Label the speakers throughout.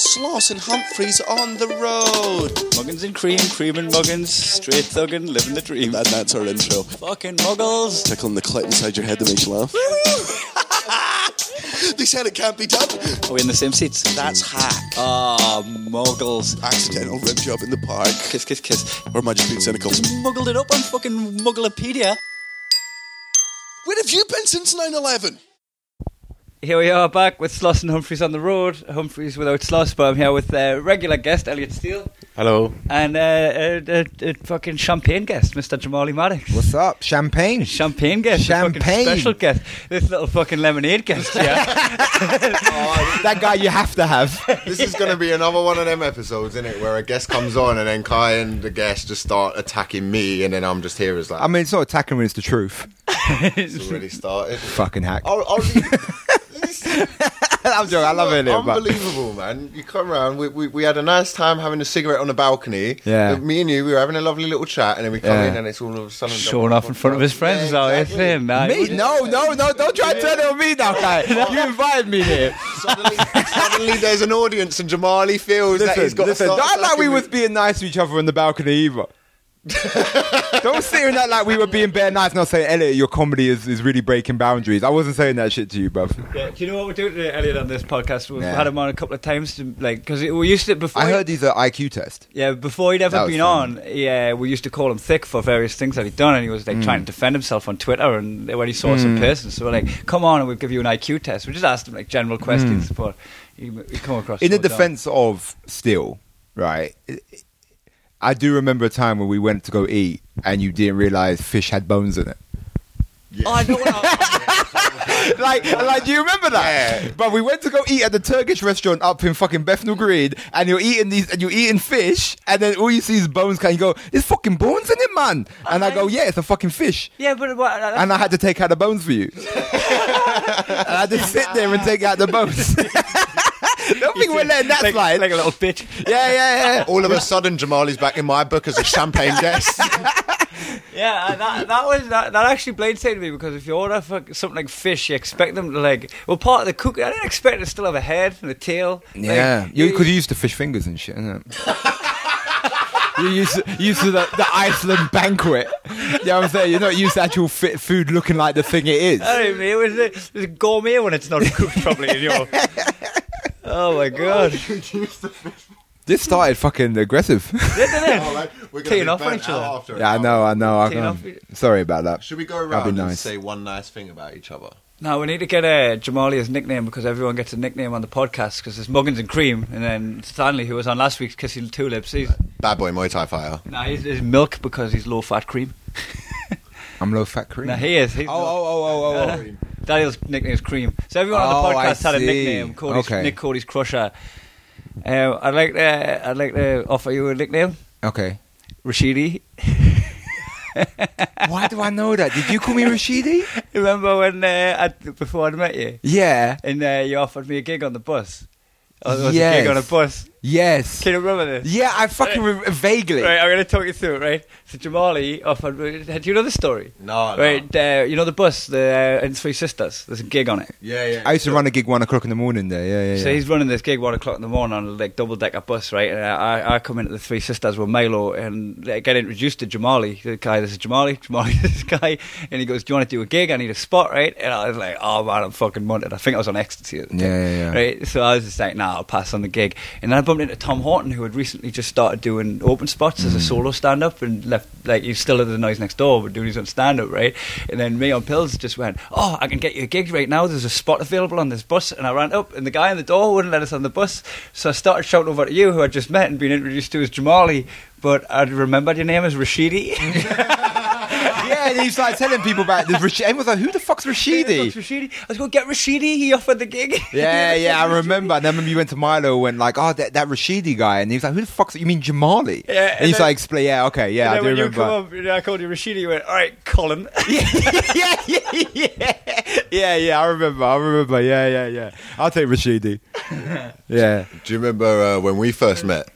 Speaker 1: Sloss and Humphreys on the road.
Speaker 2: Muggins and cream, cream and muggins, straight thuggin', living the dream.
Speaker 1: And that's our intro.
Speaker 2: Fucking muggles.
Speaker 1: Tickling the clit inside your head that makes you laugh. they said it can't be done.
Speaker 2: Are we Oh, in the same seats?
Speaker 1: That's hack.
Speaker 2: Ah, muggles. Ah,
Speaker 1: Accidental rib job in the park.
Speaker 2: Kiss, kiss, kiss.
Speaker 1: Or am I just being cynical?
Speaker 2: Just muggled it up on fucking Mugglepedia.
Speaker 1: Where have you been since 9 11?
Speaker 2: Here we are back with Sloss and Humphreys on the road. Humphreys without Sloss, but I'm here with uh, regular guest Elliot Steele
Speaker 3: Hello.
Speaker 2: and uh, a, a, a fucking champagne guest, Mr. Jamali Maddox.
Speaker 4: What's up? Champagne.
Speaker 2: Champagne guest, a fucking
Speaker 4: Champagne.
Speaker 2: special guest, this little fucking lemonade guest. Yeah,
Speaker 4: that guy you have to have.
Speaker 3: This
Speaker 2: is
Speaker 3: is
Speaker 2: gonna
Speaker 3: going to be another one of them episodes, isn't it? Where a guest comes on and then Kai and the guest just start attacking me, and then I'm just here as like,
Speaker 4: I mean, it's not attacking me, it's the truth.
Speaker 3: it's already started.
Speaker 4: Fucking hack.
Speaker 3: I'll, I'll
Speaker 4: I'm joking. I love it. Elliot, but-
Speaker 3: Unbelievable, man. You come round. We, we, we had a nice time having a cigarette on the balcony.
Speaker 4: Yeah.
Speaker 3: Me and you, we were having a lovely little chat, and then we come
Speaker 4: Yeah.
Speaker 3: in and it's all of a sudden.
Speaker 2: showing off in front of his friends. is
Speaker 3: Yeah,
Speaker 2: that
Speaker 3: exactly.
Speaker 2: what you're saying, man?
Speaker 4: Me? No, no, no. Don't try to turn it on me now, guy. You invited me here.
Speaker 3: suddenly, suddenly there's an audience, and Jamali feels that he's
Speaker 4: Listen,
Speaker 3: got
Speaker 4: listen.
Speaker 3: to start
Speaker 4: Not like
Speaker 3: attacking
Speaker 4: we
Speaker 3: me.
Speaker 4: was being nice to each other on the balcony either. Don't sit here that like we were being bare nice. Not saying Elliot, your comedy is, is really breaking boundaries. I wasn't saying that shit to you, bruv.
Speaker 2: Yeah, do you know what we're doing today, Elliot, on this podcast? We've
Speaker 4: Yeah.
Speaker 2: had him on a couple of times, to, like because we used to before.
Speaker 4: I
Speaker 2: he-
Speaker 4: heard he's an IQ test.
Speaker 2: yeah, before he'd ever
Speaker 4: That was
Speaker 2: been
Speaker 4: fun.
Speaker 2: on, yeah, we used to call him thick for various things that he'd done, and he was like
Speaker 4: Mm.
Speaker 2: trying to defend himself on Twitter, and when he saw us in person, so we're like, "Come on, and we'll give you an IQ test." We just asked him like general questions, but he, he come across
Speaker 4: Mm. in
Speaker 2: so
Speaker 4: the
Speaker 2: dumb.
Speaker 4: defense of Steele, right? I do remember a time when we went to go eat and you didn't realize fish had bones in it.
Speaker 2: Oh, I know what I-
Speaker 4: Like, like, do you remember that? But we went to go eat at the Turkish restaurant up in fucking Bethnal Green, and you're eating these, and you're eating fish, and then all you see is bones. Can you go? There's fucking bones in it, man. And I go, yeah, it's a fucking fish.
Speaker 2: yeah, but what, that's
Speaker 4: And I had to take out the bones for you. and I just sit there and take out the bones. Don't think we're letting that
Speaker 2: like,
Speaker 4: slide.
Speaker 2: like a little bitch.
Speaker 4: yeah, yeah, yeah.
Speaker 3: All of a sudden, Jamali's back in my book as a champagne guest.
Speaker 2: Yeah, that, that was that, that actually blindsided me because if you order for something like fish, you expect them to like well part of the cook. I didn't expect it to still have a head and a tail. Like,
Speaker 4: Yeah, because you, 'cause you used to fish fingers and shit, innit? you used to, you used to the, the Iceland banquet. You know what I'm saying? You're not used to actual fit food looking like the thing it is.
Speaker 2: I don't know, it was a, it was a gourmet when it's not cooked properly. You know. Oh my god!
Speaker 4: This started fucking aggressive.
Speaker 3: Oh, like, we're gonna
Speaker 2: Teeing
Speaker 3: be
Speaker 2: off on
Speaker 3: burnt
Speaker 2: each other.
Speaker 3: out after an
Speaker 4: yeah, I
Speaker 3: hour.
Speaker 4: know, I know. I
Speaker 2: Taking off-
Speaker 4: can't. Sorry about that.
Speaker 3: Should we go
Speaker 4: That'd be
Speaker 3: around and
Speaker 4: nice.
Speaker 3: say one nice thing about each other?
Speaker 2: Now we need to get uh, Jamalia's nickname because everyone gets a nickname on the podcast because there's Muggins and Cream, and then Stanley, who was on last week's Kissing Tulips, he's
Speaker 3: Bad boy Muay Thai fire.
Speaker 2: now he's, he's milk because he's low fat cream.
Speaker 4: I'm low fat cream.
Speaker 2: Now he is. He's
Speaker 4: Oh,
Speaker 2: low-
Speaker 4: oh, oh, oh, oh, oh.
Speaker 2: Daniel's nickname is Cream. So everyone on
Speaker 4: Oh,
Speaker 2: the
Speaker 4: I
Speaker 2: podcast had a
Speaker 4: see.
Speaker 2: nickname, Cody's,
Speaker 4: Okay.
Speaker 2: Nick Cody's Crusher. Um, I'd like to, I'd like to offer you a nickname,
Speaker 4: oh. Okay.
Speaker 2: Rashidi.
Speaker 4: Why do I know that? Did you call me Rashidi?
Speaker 2: Remember when uh, I, before I met you,
Speaker 4: Yeah.
Speaker 2: and uh, you offered me a gig on the bus? Oh, there was a
Speaker 4: Yes.
Speaker 2: gig on a bus.
Speaker 4: Yes.
Speaker 2: Can you remember this?
Speaker 4: Yeah, I fucking re- vaguely.
Speaker 2: Right, I'm going to talk you through it. Right, so Jamali offered. Do you know the story?
Speaker 3: No, no.
Speaker 2: Right, uh, you know the bus, the uh, in Three Sisters. There's a gig on it.
Speaker 3: Yeah, yeah.
Speaker 4: I used to run a gig one o'clock in the morning there. Yeah, yeah. yeah.
Speaker 2: So he's running this gig one o'clock in the morning on a like double decker bus, right? And I, I come into the Three Sisters with Milo and like, get introduced to Jamali. The guy, this is Jamali. Jamali, this guy, and he goes, "Do you want to do a gig? I need a spot, right?" And I was like, "Oh man, I'm fucking munted." I think I was on ecstasy. At the time,
Speaker 4: Yeah, yeah, yeah.
Speaker 2: Right. So I was just like, "Nah, I'll pass on the gig." And then I bumped into Tom Horton, who had recently just started doing open spots
Speaker 4: Mm.
Speaker 2: as a solo stand up and left. Like he's still at the noise next door, but doing his own stand up, right? And then me on pills just went, "Oh, I can get you a gig right now. There's a spot available on this bus." And I ran up, and the guy in the door wouldn't let us on the bus, so I started shouting over to you, who I just met and been introduced to as Jamali. But I remembered your name as Rashidi.
Speaker 4: yeah, and he's like telling people about this. Rash- Everyone's like, who the fuck's Rashidi?
Speaker 2: Rashidi. I was going, get Rashidi. He offered the gig.
Speaker 4: Yeah, yeah, I remember. And then when you went to Milo, went like, oh, that, that Rashidi guy, and he was like, who the fuck's you mean Jamali?
Speaker 2: Yeah,
Speaker 4: and,
Speaker 2: and
Speaker 4: he's
Speaker 2: then-
Speaker 4: like, explain, yeah, okay, yeah, I
Speaker 2: and
Speaker 4: do
Speaker 2: then when you
Speaker 4: remember.
Speaker 2: come up, and I called you Rashidi, you went, all right, Colin.
Speaker 4: yeah, yeah, yeah, yeah, yeah, I remember, I remember, yeah, yeah, yeah. I'll take Rashidi. yeah,
Speaker 3: Do you remember uh, when we first met?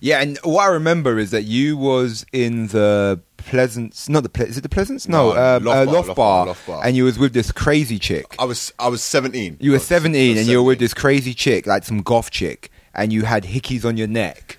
Speaker 4: yeah, and what I remember is that you was in the Pleasance, not the Ple- is it the Pleasance? No,
Speaker 3: No,
Speaker 4: uh,
Speaker 3: Loft
Speaker 4: uh,
Speaker 3: Bar,
Speaker 4: loft, bar,
Speaker 3: Loft Bar, Loft Bar. Oh,
Speaker 4: and you was with this crazy chick.
Speaker 3: I was I was seventeen.
Speaker 4: You were
Speaker 3: I was- I was
Speaker 4: 17 and you were with
Speaker 3: 17.
Speaker 4: this crazy chick, like some goth chick. and you had hickeys on your neck.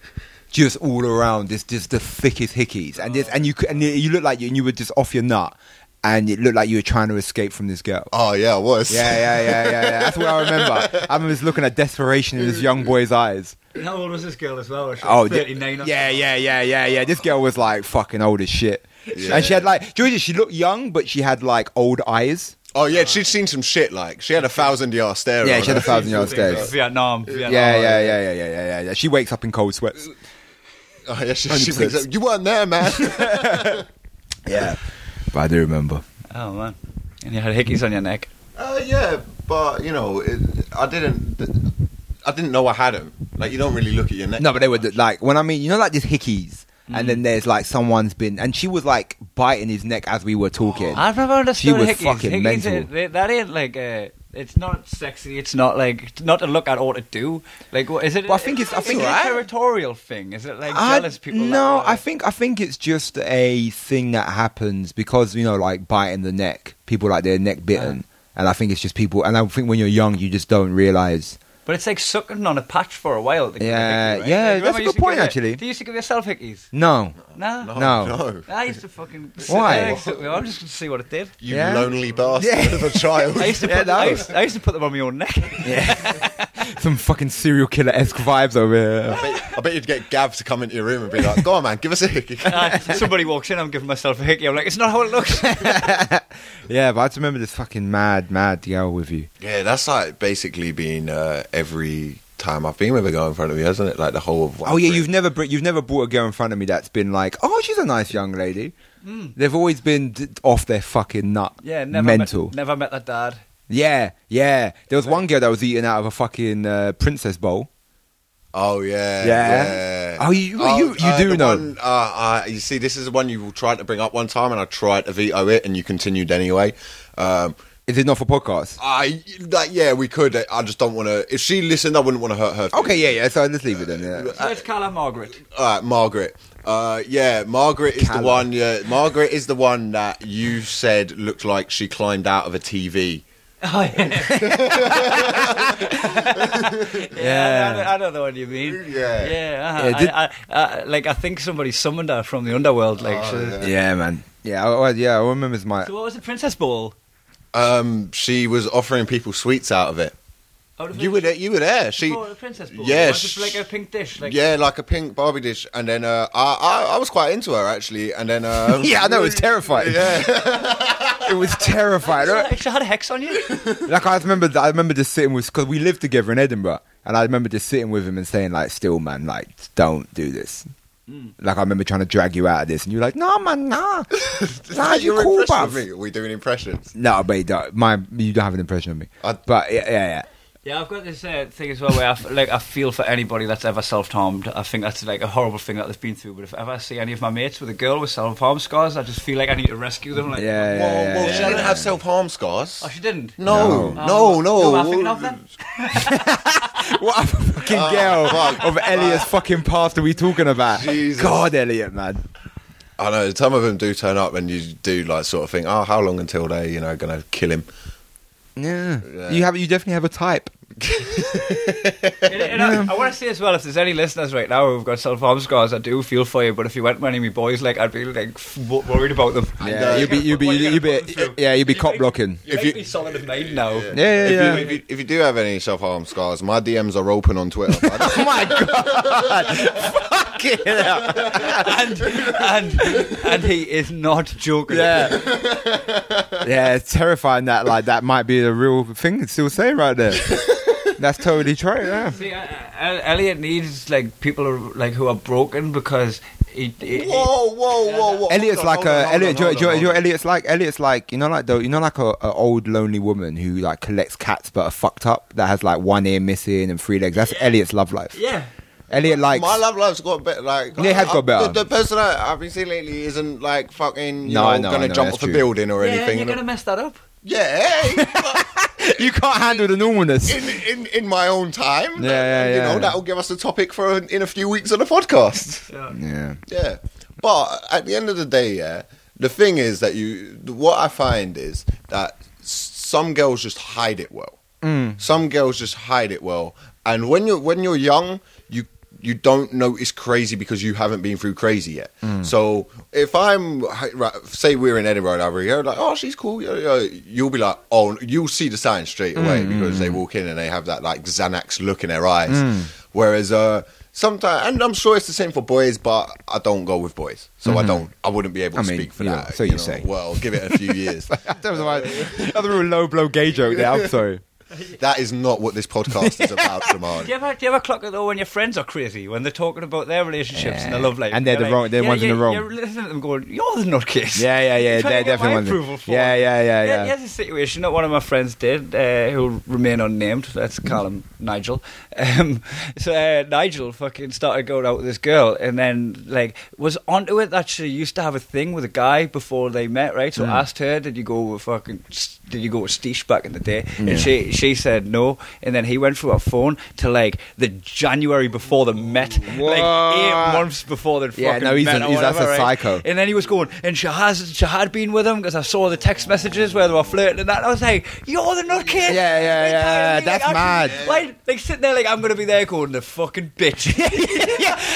Speaker 4: Just all around, this just the thickest hickeys, and this, and you c- and you looked like you, and you were just off your nut, and it looked like you were trying to escape from this girl.
Speaker 3: Oh yeah, it was.
Speaker 4: Yeah, yeah, yeah, yeah, yeah. That's what I remember. I remember just looking at desperation in this young boy's eyes.
Speaker 2: How old was this girl as well? She
Speaker 4: Oh,
Speaker 2: was
Speaker 4: yeah,
Speaker 2: 39.
Speaker 4: yeah, yeah, yeah, yeah, yeah. This girl was like fucking old as shit, and she had like Georgia. She looked young, but she had like old eyes.
Speaker 3: Oh yeah, she'd seen some shit. Like she had a thousand yard stare.
Speaker 4: Yeah,
Speaker 3: on
Speaker 4: she had a
Speaker 3: her.
Speaker 4: thousand yard stare.
Speaker 2: Vietnam.
Speaker 4: Yeah,
Speaker 2: Vietnam.
Speaker 4: yeah, yeah, yeah, yeah, yeah, yeah, yeah, She wakes up in cold sweats.
Speaker 3: Oh yeah, she, she
Speaker 4: 100%.
Speaker 3: wakes up, You weren't there, man.
Speaker 4: Yeah, but I do remember.
Speaker 2: Oh, man. And you had hickeys on your neck.
Speaker 3: uh, yeah, but you know, it, I didn't. I didn't know I had them. Like you don't really look at your neck.
Speaker 4: No, but they were like when I mean, you know, like these hickeys, and then there's like someone's been, and she was like biting his neck as we were talking.
Speaker 2: I've never understood
Speaker 4: was
Speaker 2: hickeys.
Speaker 4: fucking
Speaker 2: hickeys
Speaker 4: mental.
Speaker 2: ain't- they- that ain't like uh, it's not sexy. It's not like it's not to look at or to do. Like what is it?
Speaker 4: Well, I think it's- I think
Speaker 2: is it
Speaker 4: it's
Speaker 2: a
Speaker 4: alright.
Speaker 2: territorial thing. Is it like
Speaker 4: I-
Speaker 2: jealous people?
Speaker 4: No,
Speaker 2: that,
Speaker 4: I think I think it's just a thing that happens because you know, like biting the neck, people like their neck bitten, and I think it's just people. And I think when you're young, you just don't realize.
Speaker 2: But it's like sucking on a patch for a while. to get a
Speaker 4: Yeah,
Speaker 2: hickey, right?
Speaker 4: yeah,
Speaker 2: Like,
Speaker 4: that's
Speaker 2: remember
Speaker 4: a
Speaker 2: you
Speaker 4: good
Speaker 2: used to
Speaker 4: point,
Speaker 2: give it-
Speaker 4: actually.
Speaker 2: Do you used to give yourself hickeys?
Speaker 4: No,
Speaker 2: No,
Speaker 3: No.
Speaker 4: no.
Speaker 3: no.
Speaker 2: I used to fucking. sit
Speaker 4: Why?
Speaker 2: there next to- I'm just gonna see what it did.
Speaker 3: You
Speaker 4: Yeah.
Speaker 3: lonely bastard
Speaker 4: Yeah.
Speaker 3: of a child.
Speaker 2: I used to
Speaker 4: Yeah,
Speaker 2: put.
Speaker 4: no.
Speaker 2: I, used, I used to put them on my own neck.
Speaker 4: Some fucking serial killer esque vibes over here.
Speaker 3: I bet, I bet you'd get Gav to come into your room and be like, "Go on, man, give us a hickey."
Speaker 2: Uh, somebody walks in, I'm giving myself a hickey. I'm like, it's not how it looks.
Speaker 4: Yeah, but I just remember this fucking mad, mad girl with you.
Speaker 3: yeah, that's like basically been uh, every time I've been with a girl in front of me, hasn't it? Like the whole of.
Speaker 4: Oh yeah, you've never br- you've never brought a girl in front of me that's been like, oh, she's a nice young lady. They've always been d- off their fucking nut.
Speaker 2: yeah, never
Speaker 4: mental.
Speaker 2: Met, never met that dad.
Speaker 4: Yeah, yeah. There was one girl that was eating out of a fucking uh, princess bowl.
Speaker 3: Oh yeah.
Speaker 4: Yeah. Oh, you- you- you do
Speaker 3: the
Speaker 4: know.
Speaker 3: one, uh, uh, you see, this is the one you tried to bring up one time, and I tried to veto it, and you continued anyway. Um,
Speaker 4: Is it not for podcasts?
Speaker 3: I like, yeah, we could. I just don't want to. If she listened, I wouldn't want to hurt her. feelings.
Speaker 4: Okay, yeah, yeah. So let's leave it then. Yeah.
Speaker 2: So it's Carla Margaret.
Speaker 3: All right, Margaret. Uh, yeah, Margaret is
Speaker 4: Callum.
Speaker 3: the one. Yeah, Margaret is the one that you said looked like she climbed out of a TV.
Speaker 2: Oh, yeah. yeah, I know- I, know the one you mean.
Speaker 3: Yeah.
Speaker 2: yeah. uh-huh.
Speaker 4: Yeah, did-
Speaker 2: I, I, I, like I think somebody summoned her from the underworld. Like, so,
Speaker 4: Yeah, man. Yeah, I, I- yeah. I remember it's my.
Speaker 2: so what was the princess ball?
Speaker 3: Um, she was offering people sweets out of it.
Speaker 2: Out of
Speaker 3: You
Speaker 2: the-
Speaker 3: were there. You were there. She.
Speaker 2: Oh, the princess ball.
Speaker 3: Yeah,
Speaker 2: Was it
Speaker 3: sh-
Speaker 2: like a pink dish. Like,
Speaker 3: Yeah, like a pink Barbie dish, and then uh, I, I I was quite into her actually, and then um,
Speaker 4: Yeah, I know. It was terrifying.
Speaker 3: yeah,
Speaker 4: It was terrifying.
Speaker 2: She
Speaker 4: right?
Speaker 2: had- She had a hex on you.
Speaker 4: like I remember, that- I remember just sitting with because we lived together in Edinburgh, and I remember just sitting with him and saying like, "Still, man, like, don't do this."
Speaker 3: Mm.
Speaker 4: Like I remember trying to drag you out of this, and you're like, "No, man, nah, nah, you
Speaker 3: Your
Speaker 4: cool,
Speaker 3: impression of
Speaker 4: bruv."
Speaker 3: me? Are we doing impressions?
Speaker 4: No, but you don't- my you don't have an impression of me.
Speaker 3: I-
Speaker 4: but yeah, yeah, yeah.
Speaker 2: Yeah, I've got this uh, thing as well where I f- like I feel for anybody that's ever self harmed. I think that's like a horrible thing that they've been through. But if ever I see any of my mates with a girl with self harm scars, I just feel like I need to rescue them. Like,
Speaker 4: Yeah, yeah.
Speaker 3: Well, well, she didn't have self harm scars.
Speaker 2: oh, she didn't.
Speaker 3: No,
Speaker 2: Um,
Speaker 3: no, no.
Speaker 2: who am I thinking of then?
Speaker 4: What a fucking girl
Speaker 3: Oh, fuck.
Speaker 4: of Elliot's fucking past are we talking about?
Speaker 3: Jesus.
Speaker 4: God, Elliot, man.
Speaker 3: I know some of them do turn up, and you do like sort of think, oh, how long until they, you know, going to kill him?
Speaker 4: Yeah.
Speaker 3: Yeah.
Speaker 4: you have you definitely have a type.
Speaker 2: And- and I, I want to say as well, if there's any listeners right now who've got self harm scars, I do feel for you. But if you went with any of my boys, like I'd be like f- wo- worried about them.
Speaker 4: Yeah, you'd be you be
Speaker 2: uh, What are
Speaker 4: you
Speaker 2: you gonna
Speaker 4: would be
Speaker 2: put them through?
Speaker 4: yeah you'd be
Speaker 2: You
Speaker 4: cop
Speaker 2: make-
Speaker 4: blocking.
Speaker 2: You
Speaker 3: If
Speaker 2: if
Speaker 3: you-
Speaker 2: you, solid of nine now.
Speaker 4: Yeah,
Speaker 3: if,
Speaker 4: yeah,
Speaker 3: You, if,
Speaker 4: yeah.
Speaker 3: you, if you do have any self harm scars, my DMs are open on Twitter. I don't-
Speaker 4: Oh my god! Fucking hell.
Speaker 2: and, and and he is not joking.
Speaker 4: Yeah. Yeah, it's terrifying that like that might be the real thing it's still saying right there. That's totally true, yeah.
Speaker 2: See, uh, uh, Elliot needs like people who, like who are broken because he. he- he-
Speaker 3: whoa, whoa, whoa, whoa!
Speaker 4: Elliot's
Speaker 3: Hold
Speaker 4: like
Speaker 3: on, hold on,
Speaker 4: a Elliot.
Speaker 3: hold on,
Speaker 4: do you-
Speaker 3: hold
Speaker 4: do you-
Speaker 3: on,
Speaker 4: do you know
Speaker 3: hold
Speaker 4: what Elliot's like Elliot's like you know like the you know like a, a old lonely woman who like collects cats but are fucked up that has like one ear missing and three legs. That's Elliot's love life.
Speaker 2: Yeah.
Speaker 4: Elliot
Speaker 3: on.
Speaker 4: likes.
Speaker 3: My love life's got better. Like
Speaker 4: Yeah, it has
Speaker 3: I-
Speaker 4: got better.
Speaker 3: The, the person I, I've been seeing lately isn't like fucking. You
Speaker 4: No, I
Speaker 3: know,
Speaker 4: know, I
Speaker 3: going
Speaker 4: know,
Speaker 3: to jump
Speaker 4: that's
Speaker 3: off
Speaker 4: true.
Speaker 3: a building or
Speaker 2: Yeah,
Speaker 3: anything.
Speaker 2: you're gonna mess that up.
Speaker 3: Yeah, hey,
Speaker 4: you can't handle the normalness.
Speaker 3: in, in in my own time.
Speaker 4: Yeah, yeah,
Speaker 3: You
Speaker 4: yeah.
Speaker 3: know that'll give us a topic for an, in a few weeks on the podcast.
Speaker 4: Yeah.
Speaker 3: Yeah, but at the end of the day, yeah, the thing is that you. What I find is
Speaker 4: Mm.
Speaker 3: that s- some girls just hide it well. Some girls just hide it well, And when you're when you're young, you you don't notice crazy because you haven't been through crazy yet.
Speaker 4: Mm.
Speaker 3: So if I'm hi- right, say we're in Edinburgh and over here, like oh she's cool, yeah, yeah," you'll be like oh you'll see the sign straight
Speaker 4: Mm,
Speaker 3: away because they walk in and they have that like Xanax look in their eyes.
Speaker 4: Mm.
Speaker 3: Whereas uh sometimes and I'm sure it's the same for boys, but I don't go with boys, so I don't I wouldn't be able to
Speaker 4: Mm-hmm. I mean,
Speaker 3: speak for
Speaker 4: yeah,
Speaker 3: that.
Speaker 4: so you say.
Speaker 3: well, give it a few years.
Speaker 4: That was my that was a real low blow gay joke there. I'm sorry.
Speaker 3: that is not what this podcast is about, Jamal.
Speaker 2: Do you, ever, do you ever clock it though when your friends are crazy when they're talking about their relationships and their
Speaker 4: Yeah.
Speaker 2: love life
Speaker 4: And they're the
Speaker 2: You're
Speaker 4: wrong- they're the ones in
Speaker 2: you're-
Speaker 4: the wrong.
Speaker 2: You're listening to them going, "You're the nutcase."
Speaker 4: Yeah, yeah, yeah.
Speaker 2: You're trying
Speaker 4: They're
Speaker 2: to get
Speaker 4: definitely
Speaker 2: my
Speaker 4: ones that-
Speaker 2: approval for
Speaker 4: Yeah,
Speaker 2: it.
Speaker 4: yeah, yeah, yeah.
Speaker 2: Here's a situation that one of my friends did, uh, who remain unnamed. Let's
Speaker 4: Mm-hmm.
Speaker 2: call him Nigel. Um, so uh, Nigel fucking started going out with this girl, and then like was onto it that she used to have a thing with a guy before they met, right?
Speaker 4: Mm.
Speaker 2: So asked her, "Did you go with fucking?" Did you go with Steesh back in the day?
Speaker 3: Yeah.
Speaker 2: And she she said no. And then he went through her phone to like the January before they met, like eight
Speaker 4: What?
Speaker 2: months before they
Speaker 4: Yeah,
Speaker 2: fucking
Speaker 4: no, he's
Speaker 2: met
Speaker 4: a-
Speaker 2: or
Speaker 4: he's- that's a
Speaker 2: whatever, right?
Speaker 4: psycho.
Speaker 2: And then he was going, and she has she had been with him because I saw the text messages where they were flirting and that. And I was like, you're the nut kid.
Speaker 4: Yeah, yeah,
Speaker 2: Like,
Speaker 4: yeah,
Speaker 2: like,
Speaker 4: that's
Speaker 2: actually,
Speaker 4: mad.
Speaker 2: Like, like sitting there, like I'm gonna be there going the fucking bitch.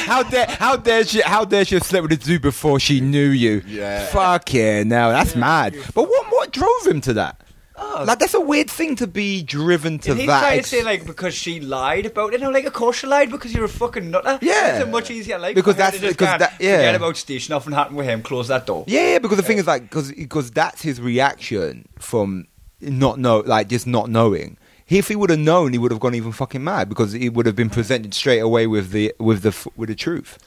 Speaker 4: How dare how dare she how dare she have slept with a dude before she knew you?
Speaker 3: Yeah.
Speaker 4: Fucking no, that's mad. But what what drove him to that?
Speaker 2: Oh.
Speaker 4: Like that's a weird thing to be driven to
Speaker 2: And he's
Speaker 4: that.
Speaker 2: trying
Speaker 4: ex-
Speaker 2: to say like because she lied about it. And I'm like, of course she lied because you're a fucking nutter.
Speaker 4: Yeah.
Speaker 2: it's a much easier like
Speaker 4: Because
Speaker 2: for her to
Speaker 4: that's-
Speaker 2: just
Speaker 4: because
Speaker 2: go,
Speaker 4: that- yeah.
Speaker 2: forget about station. Nothing happened with him. Close that door.
Speaker 4: Yeah, yeah, because the thing is like because that's his reaction from not know like just not knowing. If he would have known, he would have gone even fucking mad because he would have been presented straight away with the with the f- with the truth.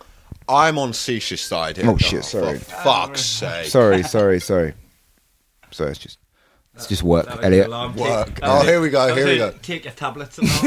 Speaker 3: I'm on Seash's side here.
Speaker 4: Oh, shit, sorry.
Speaker 3: For fuck's sake.
Speaker 4: Sorry, sorry, sorry. Sorry, it's just it's just work,
Speaker 2: That was
Speaker 4: Elliot.
Speaker 2: the alarm.
Speaker 3: Work.
Speaker 2: Take-
Speaker 3: Oh, here we go,
Speaker 2: I was
Speaker 3: here we
Speaker 2: like,
Speaker 3: go.
Speaker 2: Take your tablets. And all.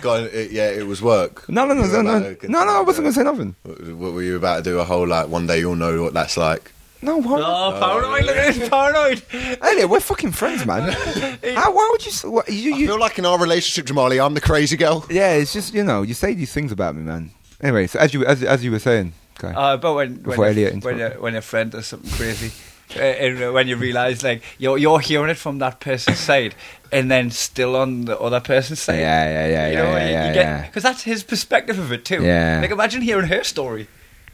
Speaker 3: God, it, yeah, it was work.
Speaker 4: No, no, no,
Speaker 3: You were
Speaker 4: no, no,
Speaker 3: about to
Speaker 4: no,
Speaker 3: continue.
Speaker 4: no, I wasn't gonna say nothing.
Speaker 3: What- What were you about to do? A whole like one day you'll know what that's like.
Speaker 4: No, what?
Speaker 2: Oh, paranoid! Look at this paranoid.
Speaker 4: Elliot, we're fucking friends, man. How, why would you? s- What, you,
Speaker 3: I
Speaker 4: you
Speaker 3: feel like in our relationship, Jamali, I'm the crazy girl.
Speaker 4: yeah, it's just you know you say these things about me, man. Anyway, so as you as, as you were saying, okay.
Speaker 2: Uh, but when
Speaker 4: Before
Speaker 2: when your, when,
Speaker 4: Elliot
Speaker 2: your,
Speaker 4: interrupted.
Speaker 2: when your friend does something crazy, uh, and uh, when you realise like you're you're hearing it from that person's side, and then still on the other person's side.
Speaker 4: Yeah, yeah, yeah,
Speaker 2: You know,
Speaker 4: yeah,
Speaker 2: you,
Speaker 4: yeah,
Speaker 2: you
Speaker 4: yeah.
Speaker 2: get because that's his perspective of it too.
Speaker 4: Yeah.
Speaker 2: Like imagine hearing her story.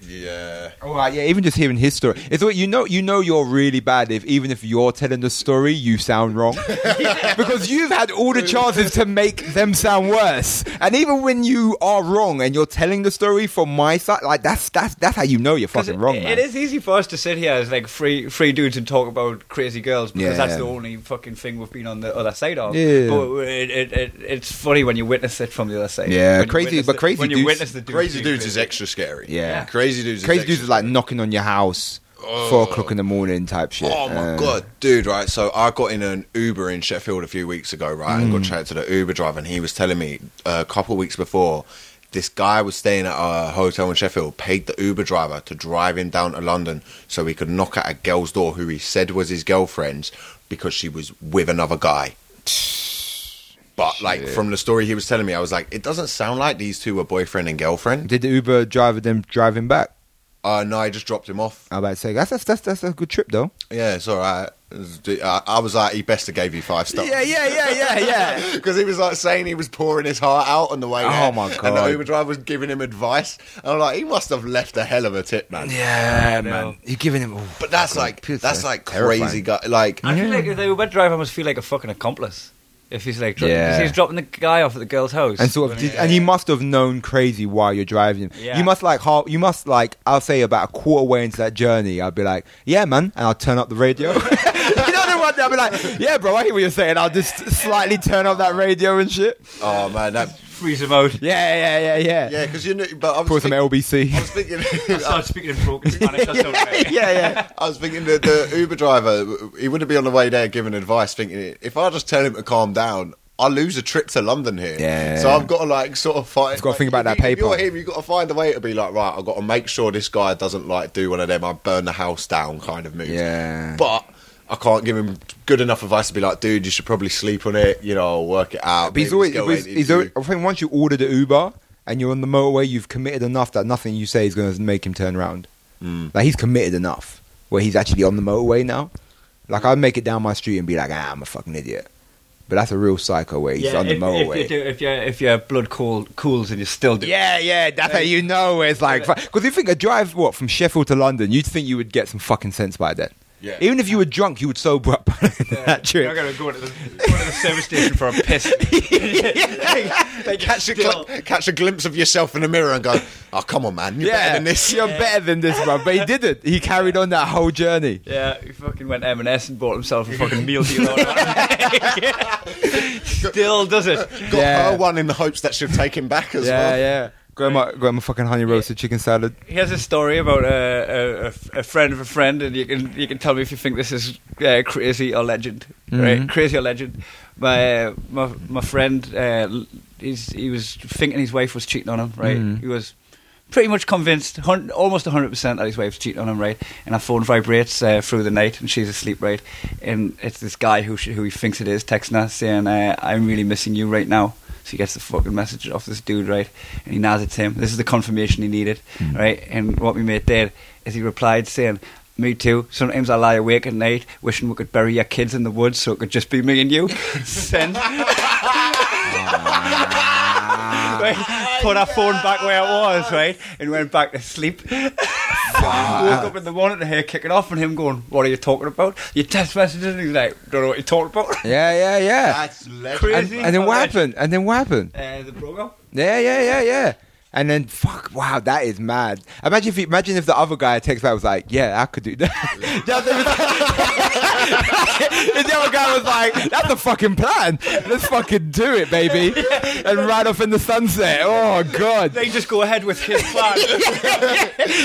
Speaker 3: Yeah.
Speaker 4: All right, Oh, uh, yeah. Even just hearing his story, it's what you know. You know you're really bad if even if you're telling the story, you sound wrong because you've had all the chances to make them sound worse. And even when you are wrong and you're telling the story from my side, like that's that's that's how you know you're
Speaker 2: 'Cause
Speaker 4: fucking
Speaker 2: it-
Speaker 4: wrong, man.
Speaker 2: It is easy for us to sit here as like free free dudes and talk about crazy girls because
Speaker 4: Yeah.
Speaker 2: that's the only fucking thing we've been on the other side of.
Speaker 4: Yeah.
Speaker 2: But it, it, it, it's funny when you witness it from the other side.
Speaker 4: Yeah,
Speaker 2: When you
Speaker 4: crazy-
Speaker 2: witness
Speaker 4: but
Speaker 2: the-
Speaker 4: crazy
Speaker 2: when you
Speaker 4: dudes-
Speaker 2: witness the dudes
Speaker 3: Crazy
Speaker 2: being
Speaker 3: dudes is
Speaker 2: crazy.
Speaker 3: extra scary.
Speaker 4: Yeah.
Speaker 3: Crazy dudes. Is
Speaker 4: Crazy
Speaker 3: extra
Speaker 4: dudes is like knocking on your house four o'clock in the morning type shit.
Speaker 3: Oh my
Speaker 4: Uh,
Speaker 3: god, dude! Right, so I got in an Uber in Sheffield a few weeks ago, right, and got
Speaker 4: Mm.
Speaker 3: chatted to the Uber driver, and he was telling me uh, a couple of weeks before this guy was staying at a hotel in Sheffield, paid the Uber driver to drive him down to London so he could knock at a girl's door who he said was his girlfriend's because she was with another guy. But like from the story he was telling me, I was like, it doesn't sound like these two were boyfriend and girlfriend.
Speaker 4: Did the Uber driver then drive him back?
Speaker 3: Uh, no, I just dropped him off.
Speaker 4: I was about to say that's that's that's, that's a good trip though.
Speaker 3: Yeah, it's all right. It was- I I was like, he best have gave you five stars.
Speaker 4: yeah, yeah, yeah, yeah.
Speaker 3: Because he was like saying he was pouring his heart out on the way.
Speaker 4: Oh,
Speaker 3: there,
Speaker 4: my
Speaker 3: And
Speaker 4: God.
Speaker 3: the Uber driver was giving him advice. And I'm like, he must have left a hell of a tip, man.
Speaker 4: Yeah,
Speaker 2: know.
Speaker 4: man. You're giving him. Oh,
Speaker 3: But that's
Speaker 4: fucking
Speaker 3: like
Speaker 4: pizza.
Speaker 3: that's like
Speaker 4: Terrifying.
Speaker 3: crazy guy. Like
Speaker 2: I feel like the Uber driver must feel like a fucking accomplice if he's like dro-
Speaker 4: Yeah.
Speaker 2: 'cause he's dropping the guy off at the girl's house
Speaker 4: and sort of, did, and you must have known crazy while you're driving.
Speaker 2: Yeah.
Speaker 4: You must like, half, you must like, I'll say about a quarter way into that journey, I'll be like, yeah, man, and I'll turn up the radio. you know the one that I'll be like, yeah, bro, I hear what you're saying. I'll just slightly turn up that radio and shit.
Speaker 3: oh man, that
Speaker 2: freeze him out.
Speaker 4: Yeah, yeah, yeah, yeah.
Speaker 3: yeah. Because you know, but I was
Speaker 4: Pour some
Speaker 3: think- I
Speaker 4: LBC.
Speaker 3: was thinking.
Speaker 2: Start Oh, speaking in broken Spanish. That's
Speaker 4: yeah, yeah.
Speaker 3: I was thinking that the Uber driver, he wouldn't be on the way there giving advice, thinking if I just tell him to calm down, I lose a trip to London here.
Speaker 4: Yeah.
Speaker 3: So I've got to like sort of fight.
Speaker 4: You've got to
Speaker 3: like,
Speaker 4: think about
Speaker 3: if
Speaker 4: that
Speaker 3: you- if You're
Speaker 4: paper.
Speaker 3: him. You've got to find a way to be like, right. I've got to make sure this guy doesn't like do one of them. I burn the house down kind of moves.
Speaker 4: Yeah.
Speaker 3: But. I can't give him good enough advice to be like, dude, you should probably sleep on it, you know, work it out.
Speaker 4: But he's
Speaker 3: Maybe
Speaker 4: always, he's,
Speaker 3: this girl ain't
Speaker 4: he's
Speaker 3: into
Speaker 4: always,
Speaker 3: you.
Speaker 4: I think once you order the Uber and you're on the motorway, you've committed enough that nothing you say is going to make him turn around. Like he's committed enough where he's actually on the motorway now. Like I'd make it down my street and be like, ah, I'm a fucking idiot. But that's a real psycho where he's on the
Speaker 2: if,
Speaker 4: motorway.
Speaker 2: If, you do, if, your if your blood cool, cools and you still do.
Speaker 4: Yeah, yeah, that's how you know it's like because you think a drive what from Sheffield to London, you'd think you would get some fucking sense by then.
Speaker 3: Yeah.
Speaker 4: Even if you were drunk, you would sober up by that
Speaker 2: True. I'm
Speaker 4: trip.
Speaker 2: gonna go to the, go to the service station for a piss.
Speaker 3: They catch a, gl- catch a glimpse of yourself in the mirror and go, oh, come on, man, you're better than this.
Speaker 4: you're better than this, bro. But he didn't. He carried on that whole journey.
Speaker 2: yeah, he fucking went M and S and bought himself a fucking meal deal. still does it.
Speaker 3: Got
Speaker 4: Yeah.
Speaker 3: her one in the hopes that she'll take him back as
Speaker 4: yeah,
Speaker 3: well.
Speaker 4: yeah. Grab my, grab my fucking honey roasted chicken salad.
Speaker 2: He has a story about a, a, a friend of a friend, and you can you can tell me if you think this is uh, crazy or legend, right? Crazy or legend. My uh, my my friend, uh, l- he's, he was thinking his wife was cheating on him, right? He was pretty much convinced, hun- almost hundred percent that his wife was cheating on him, right? And our phone vibrates uh, through the night, and she's asleep, right? And it's this guy who she, who he thinks it is texting her saying, uh, "I'm really missing you right now." So he gets the fucking message off this dude, right? And he nods it's him. This is the confirmation he needed,
Speaker 4: Hmm.
Speaker 2: right? And what my mate did is he replied saying, me too. Sometimes I lie awake at night wishing we could bury your kids in the woods so it could just be me and you. Send. Right, put our phone back where it was, right? And went back to sleep. Woke up in the morning to hear kicking off and him going, What are you talking about? Your text messages. And he's like, Don't know what you're talking about.
Speaker 4: Yeah, yeah, yeah.
Speaker 3: That's legend.
Speaker 4: And,
Speaker 2: Crazy.
Speaker 4: and then what happened? And then what happened?
Speaker 2: Uh, the program.
Speaker 4: Yeah, yeah, yeah, yeah. And then fuck, wow, that is mad. Imagine if he, imagine if the other guy texts back was like, yeah, I could do that. the, other, if the other guy was like, that's the fucking plan. Let's fucking do it, baby, and ride off in the sunset. Oh god,
Speaker 2: They just go ahead with his plan.